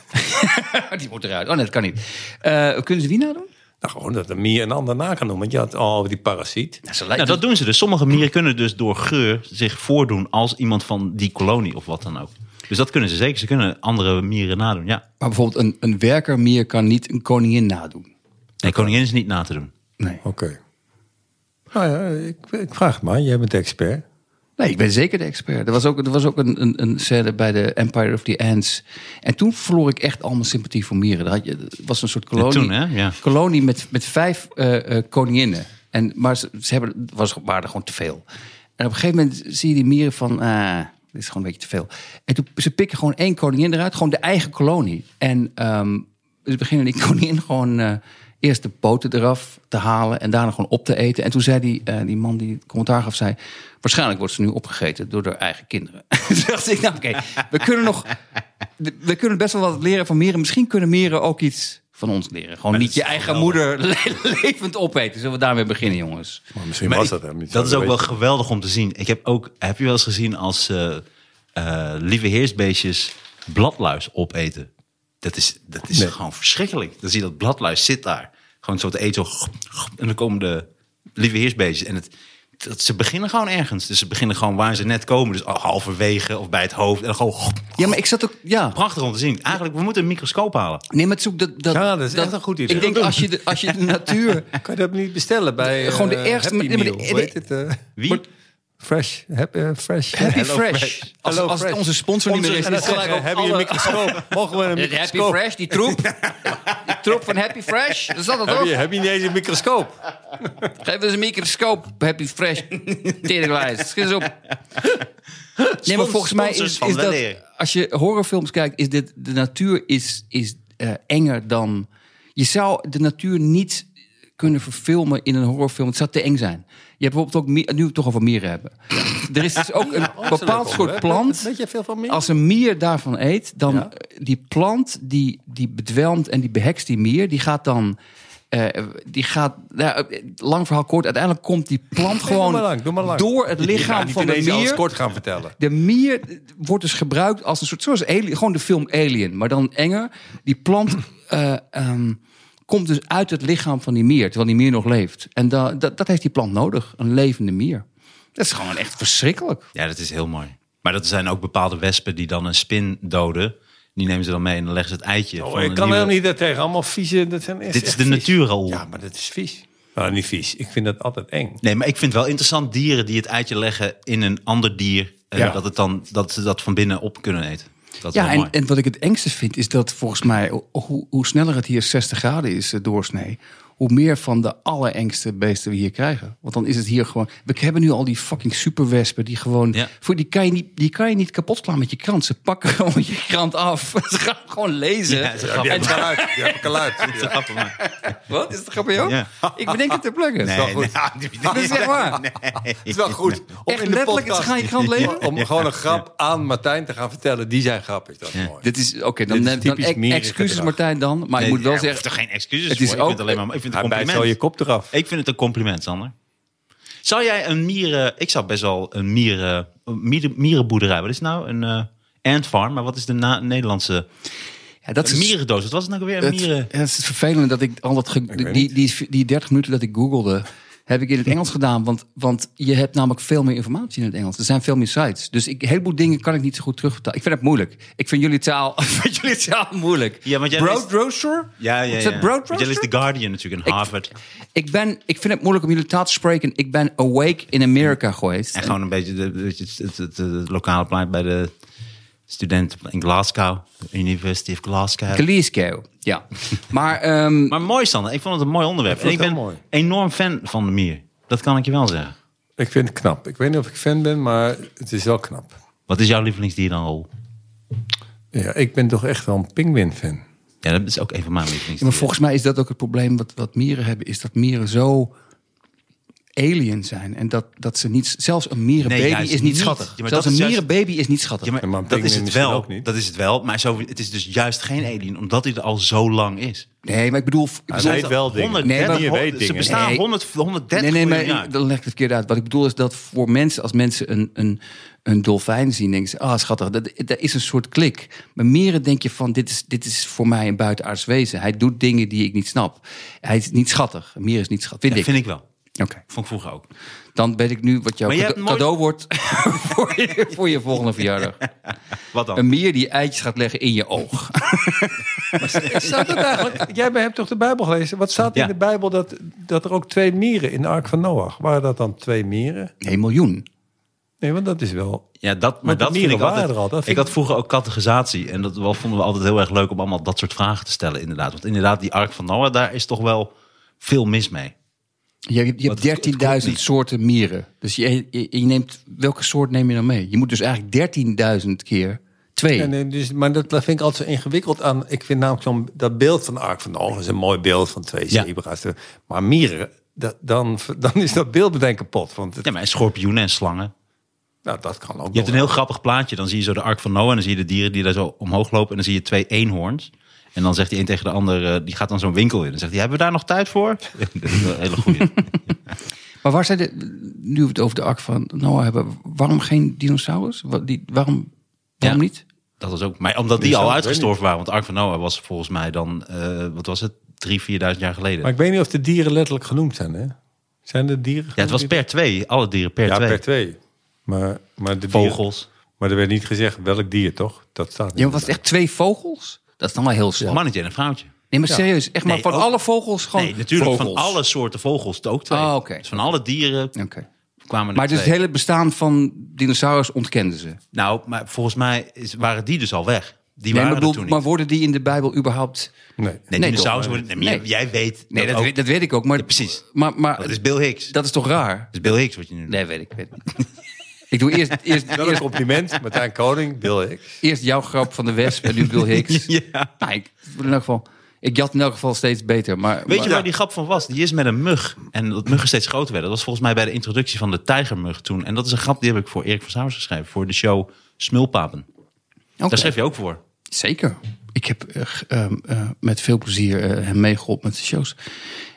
Die moet eruit. Oh nee, dat kan niet. Eh, kunnen ze wie nadoen?
Nou, gewoon dat een mier een ander na kan doen. Want je had al die parasiet.
Nou, ze
Nou,
lijken-
dat doen ze dus. Sommige mieren kunnen dus door geur zich voordoen als iemand van die kolonie of wat dan ook. Dus dat kunnen ze zeker. Ze kunnen andere mieren nadoen, ja.
Maar bijvoorbeeld een, een werkermier kan niet een koningin nadoen.
Nee, koningin is niet na te doen.
Nee.
Oké. Nou ja, ik, ik vraag het maar. Jij bent de expert.
Nee, ik ben zeker de expert. Er was ook, er was ook een, een, een scène bij de Empire of the Ants. En toen verloor ik echt allemaal sympathie voor mieren. Er had je, er was een soort kolonie,
toen, hè? Ja.
kolonie met, met vijf eh, eh, koninginnen. En, maar ze, ze hebben, was, waren er gewoon te veel. En op een gegeven moment zie je die mieren van... ah, dit is gewoon een beetje te veel. En toen, ze pikken gewoon één koningin eruit. Gewoon de eigen kolonie. En ehm, ze beginnen die koningin gewoon... eh, Eerst de poten eraf te halen en daarna gewoon op te eten. En toen zei die, eh, die man die het commentaar gaf, zei... Waarschijnlijk wordt ze nu opgegeten door haar eigen kinderen. toen dacht ik, nou oké, we kunnen nog... We kunnen best wel wat leren van mieren. Misschien kunnen mieren ook iets van ons leren. Gewoon niet
dat
je
is
eigen
geweldig.
moeder le- levend opeten. Zullen we daarmee beginnen, jongens?
Maar misschien
Maar
was
ik-
dat hem niet.
dat is
zo,
ook wel
weet
geweldig om te zien. Ik heb ook, heb je wel eens gezien als eh, eh, lieve heersbeestjes bladluis opeten? Dat is, dat is
Nee.
gewoon verschrikkelijk. Dan zie je dat bladluis zit daar. Gewoon zo te eten. zo, En dan komen de lieve heersbeestjes. En het, dat, ze beginnen gewoon ergens. Dus ze beginnen gewoon waar ze net komen. Dus halverwege of bij het hoofd. En dan gewoon
Ja, maar ik zat ook... Ja,
prachtig om te zien. Eigenlijk, we moeten een microscoop halen.
nee, maar het is ook dat... dat
Ja, dat is echt een goed idee.
Ik denk, als je de, als je de natuur...
je. Kan je dat niet bestellen bij
Gewoon de
eh,
ergste-
Happy
nee, maar de-
Meal? Hoe heet het? eh?
Wie?
fresh. Happy, eh, fresh.
Happy
Hello
Fresh.
Fresh.
Als,
Hello
als het
Fresh.
onze sponsor niet meer is,
En dan
is gelijk
zeggen,
op
hebben jullie
alle-
een microscoop? Mogen we een
Het Happy
microscoop?
Fresh, die troep. Die troep van Happy Fresh. Dat is dat het
Heb
ook.
je, heb je niet eens een microscoop?
Geef eens een microscoop, Happy Fresh. Teringlijst. Schiet eens op. Nee, maar volgens mij
Sponsors
is,
van
is
de
dat...
leer.
Als je horrorfilms kijkt, is dit... De natuur is, is eh, enger dan... Je zou de natuur niet kunnen verfilmen in een horrorfilm. Het zou te eng zijn. Je hebt bijvoorbeeld ook... mi- Nu we het toch over mieren hebben. Er is dus ook een bepaald soort plant...
Weet je veel van meer?
Als een mier daarvan eet, dan
Ja.
eh, die plant die, die bedwelmt en die behekst die mier, die gaat dan. eh, die gaat, nou, eh, lang verhaal kort, uiteindelijk komt die plant gewoon
maar lang, doe maar lang.
door het lichaam van de
Nou, alles
mier.
kort gaan vertellen.
De mier wordt dus gebruikt als een soort, zoals Alien- gewoon de film Alien, maar dan enger. Die plant eh, ehm, komt dus uit het lichaam van die mier, terwijl die mier nog leeft. En da- dat- dat heeft die plant nodig, een levende mier. Dat is gewoon echt verschrikkelijk.
Ja, dat is heel mooi. Maar dat zijn ook bepaalde wespen die dan een spin doden. Die nemen ze dan mee en dan leggen ze het eitje. van
Oh, ik
een
kan
nieuwe-
helemaal niet daartegen. Allemaal vieze. Dat zijn echt
Dit is
echt
de
vies.
natuur al.
Ja, maar dat is vies. Nou, niet vies. Ik vind dat altijd eng.
Nee, maar ik vind wel interessant dieren die het eitje leggen in een ander dier. eh,
Ja.
dat, het dan, dat ze dat van binnen op kunnen eten. Dat is
Ja,
wel mooi.
en, en wat ik het engste vind is dat volgens mij, o- hoe, hoe sneller het hier 60 graden is eh, doorsnee, hoe meer van de allerengste beesten we hier krijgen. Want dan is het hier gewoon. We hebben nu al die fucking superwespen die gewoon.
Ja.
Voor, die, kan je niet, die kan je niet kapot slaan met je krant. Ze pakken gewoon je krant af. Ze gaan gewoon lezen.
Ja, ze grappen.
en,
Geluid. Je hebt geluid.
Ze grappen maar.
wat is het grappig, joh?
Ja.
Ik bedenk het te plukken.
Nee,
Zo
nee,
goed. Dat is echt waar.
Het is wel goed om
Echt
in de
letterlijk, ze
podcast...
gaan je krant lezen.
Om gewoon een grap aan Martijn te gaan vertellen. Die zijn grap is dat mooi.
Dit is, oké, dan,
Dit is
dan, dan
typisch
ex-
mierengedrag.
excuses Martijn dan. Maar
Nee,
ik moet wel
er hoeft
zeggen,
toch geen excuses
Het
voor.
is
ik vind
ook-
het alleen maar ik vind het
Hij
een
bijt zo je
compliment.
kop eraf.
Ik vind het een compliment, Sander. Zou jij een mieren... Ik zou best wel een mieren, een mieren- mierenboerderij... Wat is het nou? Een eh ant farm. Maar wat is de na- Nederlandse...
ja, dat
Een
is
mierendoos. Wat was het nou weer? Een
Het,
mieren...
het is vervelend dat ik al dat ge-
weet
die, die, die 30 minuten dat ik googelde, heb ik in het Engels gedaan. Want, want je hebt namelijk veel meer informatie in het Engels. Er zijn veel meer sites. Dus ik, een heleboel dingen kan ik niet zo goed terugvertalen. Ik vind het moeilijk. Ik vind jullie taal, ik vind jullie taal moeilijk.
Ja, want jij
Broad
leest-
Brochure?
Ja, ja,
Is
ja.
dat Broad
Want Jij leest
Brochure?
The Guardian natuurlijk en Harvard.
Ik, ben, ik vind het moeilijk om jullie taal te spreken. Ik ben awake in America geweest.
En gewoon een beetje de, weet je, het, het, het- het lokale plaat bij de student in Glasgow. University of Glasgow.
Glasgow, ja. Maar ehm,
Maar mooi, Sander. Ik vond het een mooi onderwerp.
vond
en ik
het
ben
heel mooi.
enorm fan van de mier. Dat kan ik je wel zeggen.
Ik vind het knap. Ik weet niet of ik fan ben, maar het is wel knap.
Wat is jouw lievelingsdier dan, Rol?
Ja, ik ben toch echt wel een pinguïn-fan.
Ja, dat is ook een van mijn
Ja, maar
lievelingsdieren.
volgens mij is dat ook het probleem wat, wat mieren hebben. Is dat mieren zo alien zijn. En dat, dat ze niet... Zelfs een mierenbaby
Nee, juist
is niet
niet.
schattig.
Ja, maar
zelfs
dat
een
is juist-
mierenbaby is niet schattig.
Ja, maar
Ja, maar een
dat
pinguïn
is het
misschien
wel.
ook niet.
Dat is het wel. Maar zo, het is dus juist geen alien, omdat hij er al zo lang is.
Nee, maar ik bedoel... Ik bedoel-
weet
Ze-
wel dingen.
130
Nee, maar-
hond-
Je weet
Ze
dingen.
bestaan
Nee.
100, 130
nee, nee, maar
miljoen jaar.
dan leg ik het verkeerd uit. Wat ik bedoel is dat voor mensen, als mensen een, een, een dolfijn zien, denken ze, ah, schattig, dat, dat is een soort klik. Maar mieren denk je van, dit is, dit is voor mij een buitenaards wezen. Hij doet dingen die ik niet snap. Hij is niet schattig. Een mier is niet schattig, vind
Ja,
ik.
vind ik wel.
Oké.
Vond ik vroeger ook.
Dan weet ik nu wat jouw
Maar je
cade-
hebt nooit-
cadeau wordt voor, je, voor je volgende verjaardag.
Wat dan?
Een mier die eitjes gaat leggen in je oog.
Staat het eigenlijk, jij hebt toch de Bijbel gelezen? Wat staat in
Ja.
de Bijbel dat, dat er ook twee mieren in de Ark van Noach? Waren dat dan twee mieren?
Nee, miljoen.
Nee, want dat is wel...
Ja, dat, maar
Want de
dat vind
mieren
ik
waren
altijd.
er al, dat
ik
vind
had
ik-
vroeger ook categorisatie. En dat wel, vonden we altijd heel erg leuk om allemaal dat soort vragen te stellen, inderdaad. Want inderdaad, die Ark van Noah, daar is toch wel veel mis mee.
Je, hebt- je
het- het klopt
hebt 13.000
niet.
soorten mieren. Dus je, je, je neemt, welke soort neem je dan mee? Je moet dus eigenlijk 13.000 keer twee.
Ja, nee, dus, maar dat dat vind ik altijd zo ingewikkeld aan... Ik vind namelijk zo'n, dat beeld van de Ark van Noach is een mooi beeld van twee
Ja.
zebra's. Maar mieren, dat, dan, dan is dat beeld meteen kapot. Want het-
Ja, maar en schorpioenen en slangen.
nou, dat kan ook
Je hebt een heel grappig plaatje. Dan zie je zo de Ark van Noah en dan zie je de dieren die daar zo omhoog lopen. En dan zie je twee eenhoorns. En dan zegt die een tegen de ander, eh, die gaat dan zo'n winkel in. En dan zegt hij, hebben we daar nog tijd voor? dat is wel een hele goede.
Maar waar zijn de, nu we het over de ark van Noah hebben, waarom geen dinosaurus? Wa- die, waarom waarom
Ja.
niet?
Dat was ook, maar omdat die
zo,
al
ik
uitgestorven waren. Want de Ark van Noah was volgens mij dan, eh, wat was het? Drie, vierduizend jaar geleden.
Maar ik weet niet of de dieren letterlijk genoemd zijn, hè? Zijn de dieren
Ja, het was per twee. Alle dieren per
ja,
twee.
per twee. Maar, maar de dieren-
Vogels.
maar er werd niet gezegd welk dier, toch? Dat staat niet.
Ja, maar was het echt twee vogels? Dat is dan wel heel
Een
slap.
mannetje en een vrouwtje.
Nee, maar serieus. Echt maar
Nee,
van
ook-
alle vogels gewoon
nee, natuurlijk
vogels.
van alle soorten vogels ook twee.
Ah, oké.
Dus van alle dieren
Oké.
kwamen er
Maar dus het
twee.
hele bestaan van dinosaurus ontkenden ze.
Nou, maar volgens mij is, waren die dus al weg. Die
Nee, maar,
waren
bedoel,
er toen niet.
maar worden die in de Bijbel überhaupt...
Nee.
nee,
nee,
dinosaurus
toch?
worden... Nee, maar
Nee.
Jij jij weet
Nee, dat,
ook.
weet, dat weet ik ook. Maar,
Ja, precies.
Maar, maar
Dat is Bill Hicks. Dat
toch raar?
is Bill Hicks wat je nu doet.
Nee, weet ik. Weet ik. ik doe eerst, eerst,
Wel een
eerst,
compliment, Martijn Koning, Bill Hicks.
eerst jouw grap van de wesp en nu Bill Hicks.
Ja.
Nou, ik, in elk geval, ik jat in elk geval steeds beter. Maar,
Weet
maar-
je waar die grap van was? Die is met een mug. En dat muggen steeds groter werden. Dat was volgens mij bij de introductie van de tijgermug toen. En dat is een grap die heb ik voor Erik van Sauers geschreven. Voor de show Smulpapen.
Oké.
Daar schreef je ook voor.
Zeker. Ik heb eh, g- ehm, eh, met veel plezier eh, hem meegeholpen met de shows. Ik
Daar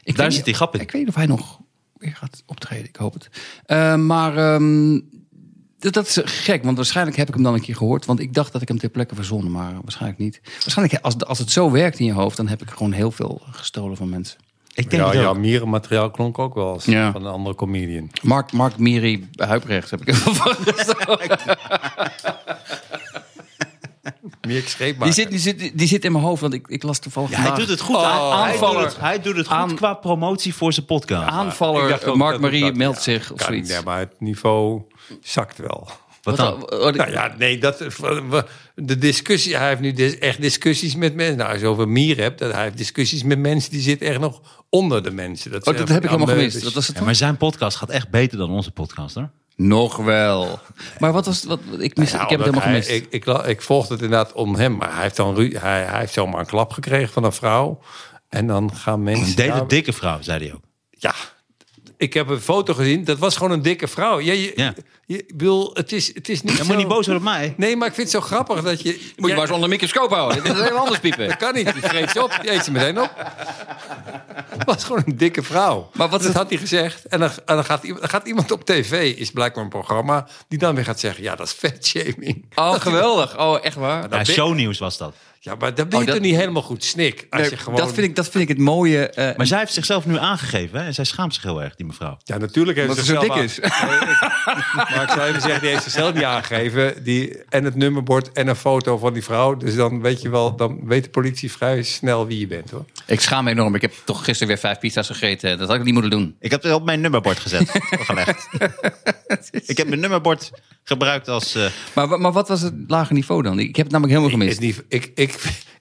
weet
zit
niet-
die grap in.
Ik weet niet of hij nog weer gaat optreden. Ik hoop het. Eh, maar ehm, dat, dat is gek, want waarschijnlijk heb ik hem dan een keer gehoord. Want ik dacht dat ik hem ter plekke verzonnen, maar waarschijnlijk niet. Waarschijnlijk, als, als het zo werkt in je hoofd, dan heb ik gewoon heel veel gestolen van mensen.
Ik denk
Ja,
dat.
ja, mierenmateriaal klonk ook wel als
Ja.
van een andere comedian.
Mark, Mark Miri Huiprecht heb ik hem van gestolen.
Meer scheep
Die zit, die, zit, die zit in mijn hoofd, want ik, ik las toevallig
Ja, hij
vandaag-
doet het goed.
Oh,
hij, hij doet
aanvaller.
het, hij doet het goed
Aan-
qua promotie voor zijn podcast.
Aanvaller eh, Mark Marie meldt zich of zoiets.
Ja, maar het niveau zakt wel.
Wat dan?
wat-
Nou ja, nee, dat, de discussie, hij heeft nu dis- echt discussies met mensen. Nou, als je over mier hebt, dat hij heeft discussies met mensen die zitten echt nog onder de mensen. Dat,
oh, dat heb ik helemaal gemist.
Dat
Dat was het
Ja, maar zijn podcast gaat echt beter dan onze podcast, hoor.
Nog wel. Nou Maar wat was wat, wat- ik, mis,
Dus,
ik heb het helemaal gemist.
nou, Ik, ik, la- ik volgde het inderdaad om hem, maar hij heeft, dan, ru- hij, hij heeft zomaar een klap gekregen van een vrouw. En dan gaan
Een
mensen...
hele
daar-
dikke vrouw, zei hij ook.
Ja, ik heb een foto gezien. Dat was gewoon een dikke vrouw. Ja, je,
Ja.
je- ik bedoel, het is, het is niet
Hij
zo...
moet niet boos worden op mij.
Nee, maar ik vind het zo grappig dat je...
Moet je
Ja,
maar eens onder een microscoop houden. Dit is heel anders piepen.
Dat kan niet. Die vreet ze op. Die eet ze meteen op. Het was gewoon een dikke vrouw.
Maar wat
dat
is-
had hij gezegd. En dan, en dan, gaat, iemand, dan gaat iemand op tv, is blijkbaar een programma, die dan weer gaat zeggen, ja, dat is vetshaming.
Oh, geweldig. Oh, echt waar.
Ja, shownieuws was dat.
Ja, maar dat ben je
Oh, dat-
toch niet helemaal goed snik. Als je gewoon...
dat, vind ik, dat vind ik het mooie. eh
Maar zij heeft zichzelf nu aangegeven. Hè? En zij schaamt zich heel erg, die mevrouw.
Ja, natuurlijk heeft
dat
ze
het zo dik
zichzelf
is.
aan- Maar ik zou even zeggen, die heeft zichzelf niet aangegeven. Die, en het nummerbord en een foto van die vrouw. Dus dan weet je wel, dan weet de politie vrij snel wie je bent, hoor.
Ik schaam me enorm. Ik heb toch gisteren weer vijf pizza's gegeten. Dat had ik niet moeten doen.
Ik heb het op mijn nummerbord gezet, gelegd. ik heb mijn nummerbord gebruikt als... eh,
Maar, wa- maar wat was het lage niveau dan? Ik heb het namelijk helemaal
Ik-
gemist.
Het niet, ik, ik,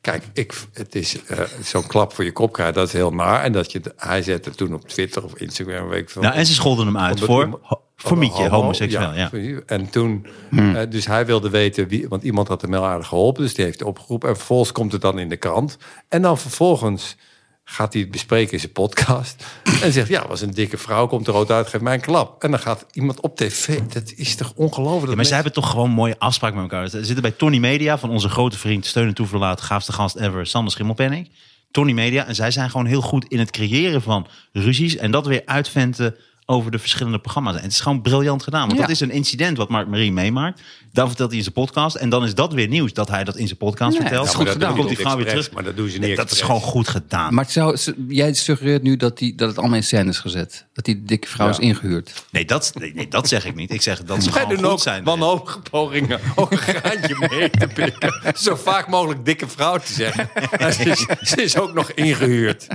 kijk, ik, het is eh, zo'n klap voor je kop krijgen, dat is heel naar. En dat je, hij zette toen op Twitter of Instagram, weet ik veel.
nou, en ze scholden hem uit
Omdat
voor,
iemand-
ho- voor Mietje,
homo,
homoseksueel. Ja. Hmm.
voor- En toen, eh, dus hij wilde weten wie, want iemand had hem heel aardig geholpen, dus die heeft opgeroepen. En vervolgens komt het dan in de krant. En dan vervolgens gaat hij het bespreken in zijn podcast. En zegt, ja, was een dikke vrouw, komt er rood uit, geef mij een klap. En dan gaat iemand op tv, dat is toch ongelooflijk.
Ja, maar ze hebben toch gewoon een mooie afspraak met elkaar. Ze zitten bij Tony Media van onze grote vriend, steun en toeverlaat, gaafste gast ever, Sander Schimmelpenning. Tony Media. En zij zijn gewoon heel goed in het creëren van ruzies en dat weer uitventen over de verschillende programma's. En het is gewoon briljant gedaan. Want
Ja.
dat is een incident wat Mark Marie meemaakt. Dan vertelt hij in zijn podcast. En dan is dat weer nieuws dat hij dat in zijn podcast
Nee,
vertelt.
dat is
Maar
goed
Dan
gedaan.
komt die vrouw weer terug.
Maar dat doen ze niet
Nee, dat is
expres.
gewoon goed gedaan.
Maar het zou, ze- jij suggereert nu dat, die, dat het allemaal in scène is gezet. Dat die dikke vrouw is ingehuurd.
Nee, dat, nee, nee, dat zeg ik niet. Ik zeg dat ze
Wij
gewoon
doen
goed
ook
zijn.
wanhopige pogingen om een graantje mee te pikken. Zo vaak mogelijk dikke vrouw te zeggen. En Ze is, ze is ook nog ingehuurd.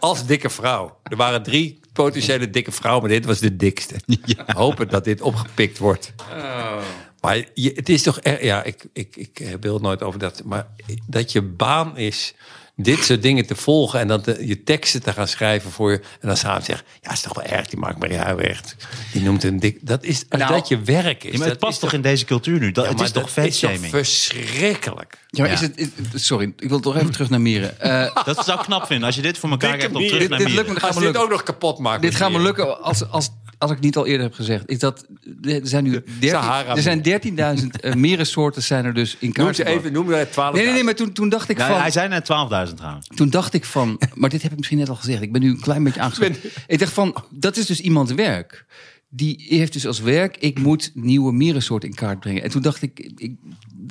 Als dikke vrouw. Er waren drie potentiële dikke vrouwen, maar dit was de dikste. Hopen dat dit opgepikt wordt. Maar je, het is toch... er- Ja, ik, ik, ik eh, wil nooit over dat... Maar dat je baan is dit soort dingen te volgen... en dat de- je teksten te gaan schrijven voor je... en dan samen zeggen... ja, is toch wel erg, die maakt Maria Huijweert. Die noemt een dik... Dat is als
Nou,
dat je werk is.
Ja, maar het
dat
past
is
toch in deze cultuur nu? Dat,
Ja,
het
maar
is toch
dat is toch
vetshaming?
verschrikkelijk.
Ja, maar
Ja.
Is het, is- sorry, ik wil toch even terug naar Mieren. Eh,
Dat zou ik knap vinden als je dit voor elkaar
Dikke
hebt om
mieren.
terug naar
Dit- dit
Mieren.
lukt me-
Als
me
dit
lukken.
ook nog kapot maakt.
Dit
met
gaat me
die- eh,
lukken als, als, als ik niet al eerder heb gezegd. Is dat, er zijn nu 13
Sahara-mier.
er zijn 13.000 eh, mierensoorten zijn er dus in kaart.
Noem ze
gebracht.
even, noem ze 12.
Nee, nee, nee, maar toen, toen, dacht ik
Nou Ja,
van,
hij zei net 12.000 trouwens.
toen dacht ik van... Maar dit heb ik misschien net al gezegd. Ik ben nu een klein beetje aangesproken. Ik dacht van, dat is dus iemands werk. Die heeft dus als werk, ik moet nieuwe mierensoorten in kaart brengen. En toen dacht ik, ik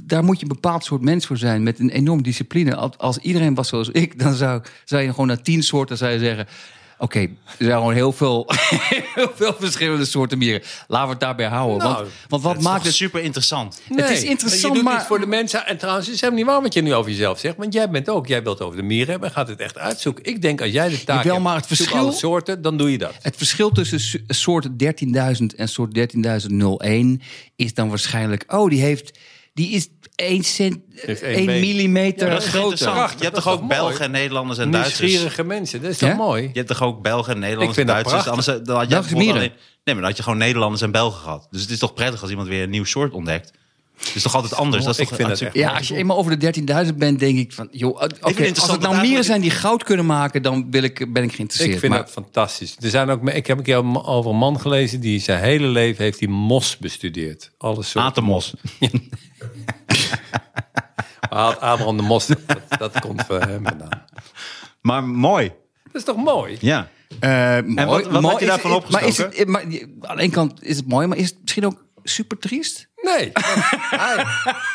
daar moet je een bepaald soort mens voor zijn. Met een enorme discipline. Als- Als iedereen was zoals ik, dan zou, zou je gewoon na tien soorten zou je zeggen... Oké, er zijn gewoon heel veel, heel veel verschillende soorten mieren. Laten we het daarbij houden.
Nou,
want, want wat
Het is
maakt
toch
het...
super interessant.
Het is
Nee,
interessant,
je doet
maar-
iets voor de mensen. En trouwens, het is helemaal niet waar wat je nu over jezelf zegt. Want jij bent ook, jij wilt over de mieren hebben en gaat het echt uitzoeken. Ik denk, als jij de taak
Jawel,
hebt,
maar het
zoek
verschil-
alle soorten, dan doe je dat.
Het verschil tussen su- soort 13.000 en soort 13.001 is dan waarschijnlijk... Oh, die heeft... Die is 1 cent,
Heeft één
1
been.
millimeter
Maar dat is
groter.
interessant. Je hebt
dat
toch
is
ook
toch
Belgen,
mooi?
Nederlanders en Duitsers? Je
Nieuwsgierige mensen, dat is toch
Ja?
mooi?
hebt toch ook Belgen, Nederlanders en
Ik vind dat
Duitsers? Anders eh,
prachtig.
had je
Dat is
bijvoorbeeld
mieren.
alleen- Nee, maar dan had je gewoon Nederlanders en Belgen gehad. Dus het is toch prettig als iemand weer een nieuw soort ontdekt. Het is toch altijd anders? Dat is
Ik
toch
vind
dat
dat
is-
echt-
Ja, als je eenmaal over de 13.000 bent, denk ik van... Joh, oké, als het
interessant dat
nou mieren
eigenlijk-
zijn die goud kunnen maken, dan wil ik, ben ik geïnteresseerd.
Ik vind
maar,
dat fantastisch. Er zijn ook, me- ik heb een keer over een man gelezen die zijn hele leven heeft die mos bestudeerd. Alle soorten.
Atemos.
Ad- Abraham de Mos, dat, dat komt van hem vandaan.
Maar mooi.
Dat is toch mooi?
Ja.
Eh, mooi,
wat- wat
mooi
had je
is-
daarvan
is- Maar is
opgestoken?
het, maar, aan de ene kant is het mooi, maar is het misschien ook super triest?
Nee. hij,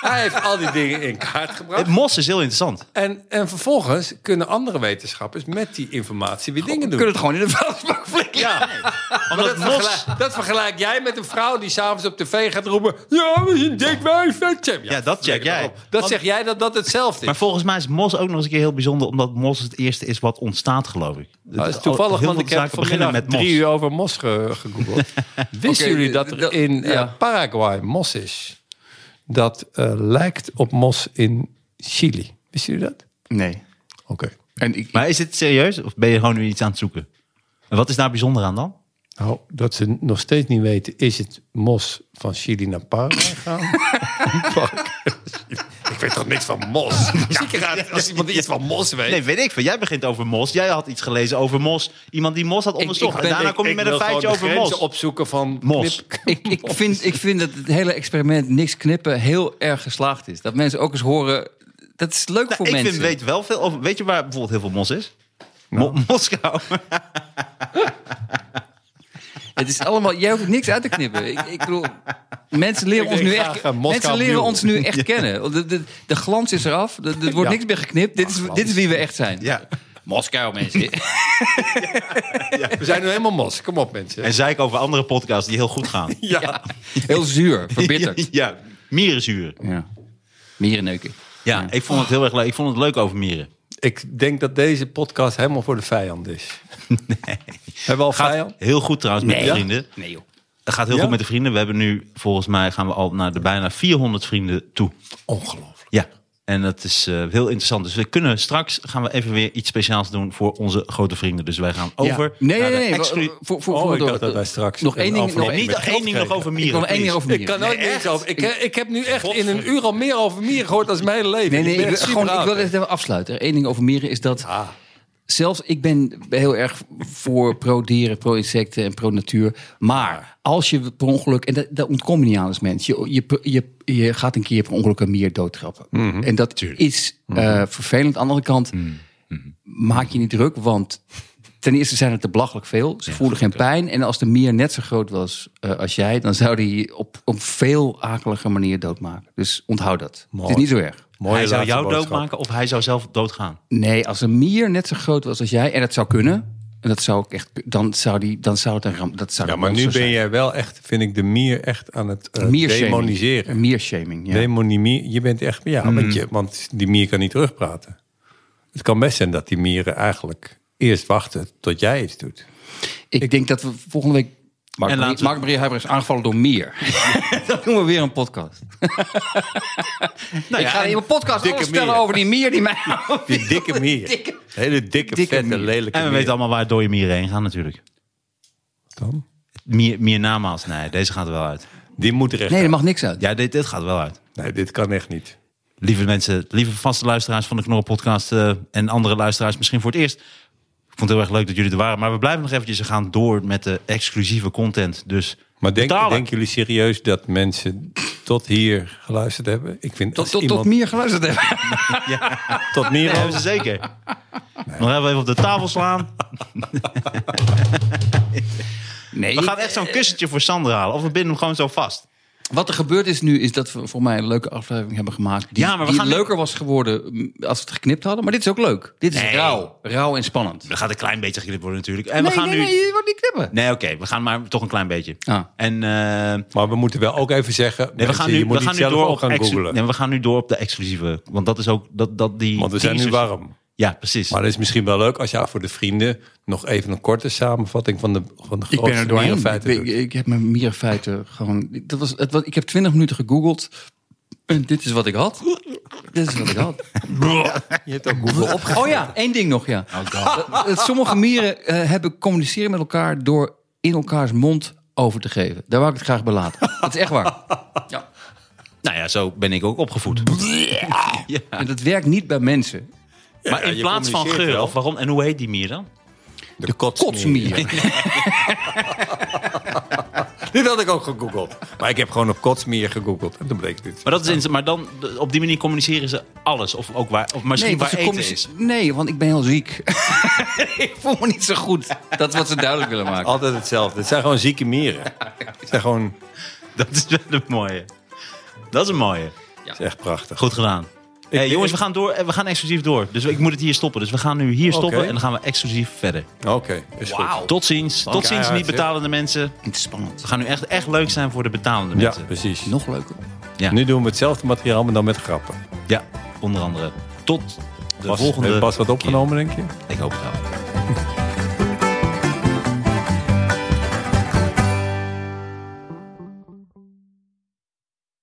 hij heeft al die dingen in kaart
Het
gebracht.
mos is heel interessant.
En, en vervolgens kunnen andere wetenschappers met die informatie weer dingen
We
doen.
kunnen het gewoon in de vuilnisbak flikkeren.
Ja. Maar dat,
Omdat Mos...
vergelijk, dat vergelijk jij met een vrouw die s'avonds op tv gaat roepen... Ja, we zijn dik wijf, dat check.
Ja, dat check jij.
Dat
Want-
zeg jij dat dat hetzelfde
Maar
is.
volgens mij is Mos ook nog eens een keer heel bijzonder, omdat Mos het eerste is wat ontstaat, geloof ik.
Dat Nou, is toevallig, want ik heb vanmiddag met drie uur over mos ge- Eh, gegoogeld. Wisten
Oké,
jullie dat er
dat-
in eh,
ja.
Paraguay mos is? Dat eh, lijkt op mos in Chili. Wisten jullie dat?
Nee.
Oké.
En ik,
Maar is het serieus of ben je gewoon nu iets aan het zoeken? En wat is daar bijzonder aan dan?
Nou, dat ze nog steeds niet weten, is het mos van Chili naar Paraguay gegaan? Ik weet toch niks van mos? Ziekenraad, als iemand iets van mos weet.
Nee, weet ik veel. Jij begint over Mos. Jij had iets gelezen over Mos. Iemand die Mos had onderzocht.
ben-
en daarna
ik-
kom je
ik
met een
wil
feitje
gewoon de
over Mos.
grenzen opzoeken van
Mos.
ik,
knip-
ik, vind, ik vind dat het hele experiment niks knippen heel erg geslaagd is. Dat mensen ook eens horen. Dat is leuk
Nou,
voor
ik
mensen.
vind, weet wel veel over. Weet je waar bijvoorbeeld heel veel Mos is?
Nou.
Mo- Moskou.
Het is allemaal, jij hoeft niks uit te knippen. Ik, ik bedoel, mensen leren,
Ik
ons
denk
nu,
graag, eh,
echt,
Moskou
mensen leren
opnieuw.
ons nu echt kennen. De, de, de glans is eraf, er er wordt
Ja.
niks meer geknipt. Dit is, dit is wie we echt zijn.
Ja.
Moskou, mensen.
We zijn nu helemaal mos. Kom op, mensen.
En zei ik over andere podcasts die heel goed gaan.
Ja.
Heel zuur, verbitterd.
ja, mierenzuur.
Ja. Mierenneuken.
Ja, ik vond het heel erg leuk. Ik vond het leuk over mieren.
Ik denk dat deze podcast helemaal voor de vijand is. Hebben we al vijand?
Heel goed trouwens met
Nee.
de vrienden.
Nee joh.
Het gaat heel
Ja?
goed met de vrienden. We hebben nu, volgens mij, gaan we al naar de bijna 400 vrienden toe.
Ongelooflijk.
Ja. En dat is eh, heel interessant. Dus we kunnen straks gaan we even weer iets speciaals doen voor onze grote vrienden. Dus wij gaan over.
Ja. Nee, nee,
naar de
nee. nee.
exclu-
Voor, voor,
Nou, Oh,
voor-
ik
door-
dacht dat wij straks
Nog
een
één ding, nog één,
aflevering
niet één ding nog over mieren.
ik wil nog één
please.
ding over
Ik
mieren.
kan nooit meer over. Ik, ik heb nu echt in een uur al meer over mieren gehoord dan mijn hele leven.
Nee, nee,
Ik ben
ik, wil-
echt
gewoon, ik
super
wil
oud.
dit even afsluiten. Eén ding over mieren is dat...
Ah.
Zelfs, ik ben heel erg voor pro-dieren, pro-insecten en pro-natuur. Maar als je per ongeluk... En dat, dat ontkom je niet aan als mens. Je, je, je, je gaat een keer per ongeluk een mier doodtrappen.
Mhm.
En dat is eh, vervelend. Aan de andere kant, maak je niet druk. Want ten eerste zijn het er belachelijk veel. Ze voelen geen pijn. En als de mier net zo groot was eh, als jij... dan zou die je op een veel akelige manier doodmaken. Dus onthoud dat. Het
Mooi.
is niet zo erg.
Mooie
hij zou
laatste
jou
boodschap.
doodmaken of hij zou zelf doodgaan.
Nee, als een mier net zo groot was als jij, en dat zou kunnen, en dat zou ik echt, dan zou die, dan zou het een ramp, dat zou
Ja,
een
maar nu
monster
ben
zijn.
jij wel echt, vind ik, de mier echt aan het eh,
Miershaming.
demoniseren.
Miershaming, ja.
Demonimie, je bent echt, ja, want, je, want die mier kan niet terugpraten. Het kan best zijn dat die mieren eigenlijk eerst wachten tot jij iets doet.
ik, denk dat we volgende week Mark,
En
Marie-
laten we-
Mark Marie Huiber is aangevallen door mier. dan doen we weer een podcast. ik
Nou ja,
ga in mijn podcast
dikke
alles vertellen
mier.
over die mier die mij
Die dikke mier.
Dikke-
Hele dikke,
Dikke
vette,
mier.
lelijke
En we
mier.
weten allemaal waar dode mieren heen gaan natuurlijk.
Dan?
Mier, mier namaals. Nee, deze gaat er wel uit.
Die moet er echt
Nee,
uit.
er mag niks uit.
Ja, dit, dit gaat er wel uit.
Nee, dit kan echt niet.
Lieve mensen, lieve vaste luisteraars van de Knorren podcast eh, en andere luisteraars misschien voor het eerst. Ik vond het heel erg leuk dat jullie er waren. Maar we blijven nog eventjes we gaan door met de exclusieve content. Dus
Maar denk,
betalen.
denken jullie serieus dat mensen tot hier geluisterd hebben? Ik vind
Tot,
als
tot, tot
iemand
mier geluisterd hebben.
tot mier
Nee, hebben ze zeker. Nog even even op de tafel slaan.
Nee,
We gaan echt zo'n kussentje voor Sander halen. Of we binden hem gewoon zo vast.
Wat er gebeurd is nu, is dat we voor mij een leuke aflevering hebben gemaakt. Die,
Ja, maar we
die
gaan-
leuker was geworden mm, als we het geknipt hadden. Maar dit is ook leuk. Dit is
Nee.
rauw. Rauw en spannend.
Dat gaat een klein beetje geknipt worden natuurlijk. En we
nee,
gaan
nee,
nu...
nee, je wordt niet knippen.
Nee, oké. we gaan maar toch een klein beetje.
Ah.
En eh,
Maar we moeten wel ook even zeggen,
nee, we
mensen,
gaan nu,
je moet
we
niet
gaan nu
zelf
door
ook
op
gaan
exclu-
googlen.
nee, we gaan nu door op de exclusieve. Want dat is ook... Dat, dat die
want we zijn nu
teasers-
warm.
Ja, precies.
Maar dat is misschien wel leuk als je voor de vrienden nog even een korte samenvatting van de, van de
Ik ben er
grootste
doorheen.
mierenfeiten
Ik, ik,
doet.
ik heb mijn mierenfeiten gewoon... Dat was, het, was- ik heb twintig minuten gegoogeld. En dit is wat ik had. Dit is wat ik had.
Je hebt ook Google Oh, op.
Oh ja, één ding nog, ja. Dat- dat sommige mieren eh, hebben communiceren met elkaar... door in elkaars mond over te geven. Daar wou ik het graag bij laten. Dat is echt waar. Ja.
Nou ja, zo ben ik ook opgevoed.
En dat werkt niet bij mensen.
maar in
je
plaats van
communiceert
geur,
wel.
of waarom? En hoe heet die mier dan?
De kotsmier.
Kotsmieren.
Dit had ik ook gegoogeld. Maar ik heb gewoon op kotsmier gegoogeld. En toen bleek dit.
Maar, dat is in- maar dan, de- op die manier communiceren ze alles. Of, ook waar, of misschien
Nee, want
waar
ze
eten
communice-
is.
nee, want ik ben heel ziek. ik voel me niet zo goed. Dat is wat ze duidelijk willen maken.
Altijd hetzelfde. Het zijn gewoon zieke mieren. Het zijn gewoon...
Dat is wel een mooie. Dat is een mooie.
Het is echt prachtig.
Goed gedaan.
Ik
Eh, jongens, we gaan, door, eh, we gaan exclusief door. Dus ik moet het hier stoppen. Dus we gaan nu hier stoppen
Oké.
en dan gaan we exclusief verder.
Oké, is goed.
Tot ziens. Tot ziens,
Keihard,
niet betalende mensen.
Het is spannend.
We gaan nu echt, echt leuk zijn voor de betalende
Ja,
mensen.
precies.
Nog leuker.
Ja.
Nu doen we hetzelfde materiaal, maar dan met grappen.
Ja, onder andere. Tot de
Bas,
volgende.
heeft Bas wat opgenomen, denk je?
keer. Ik hoop het wel.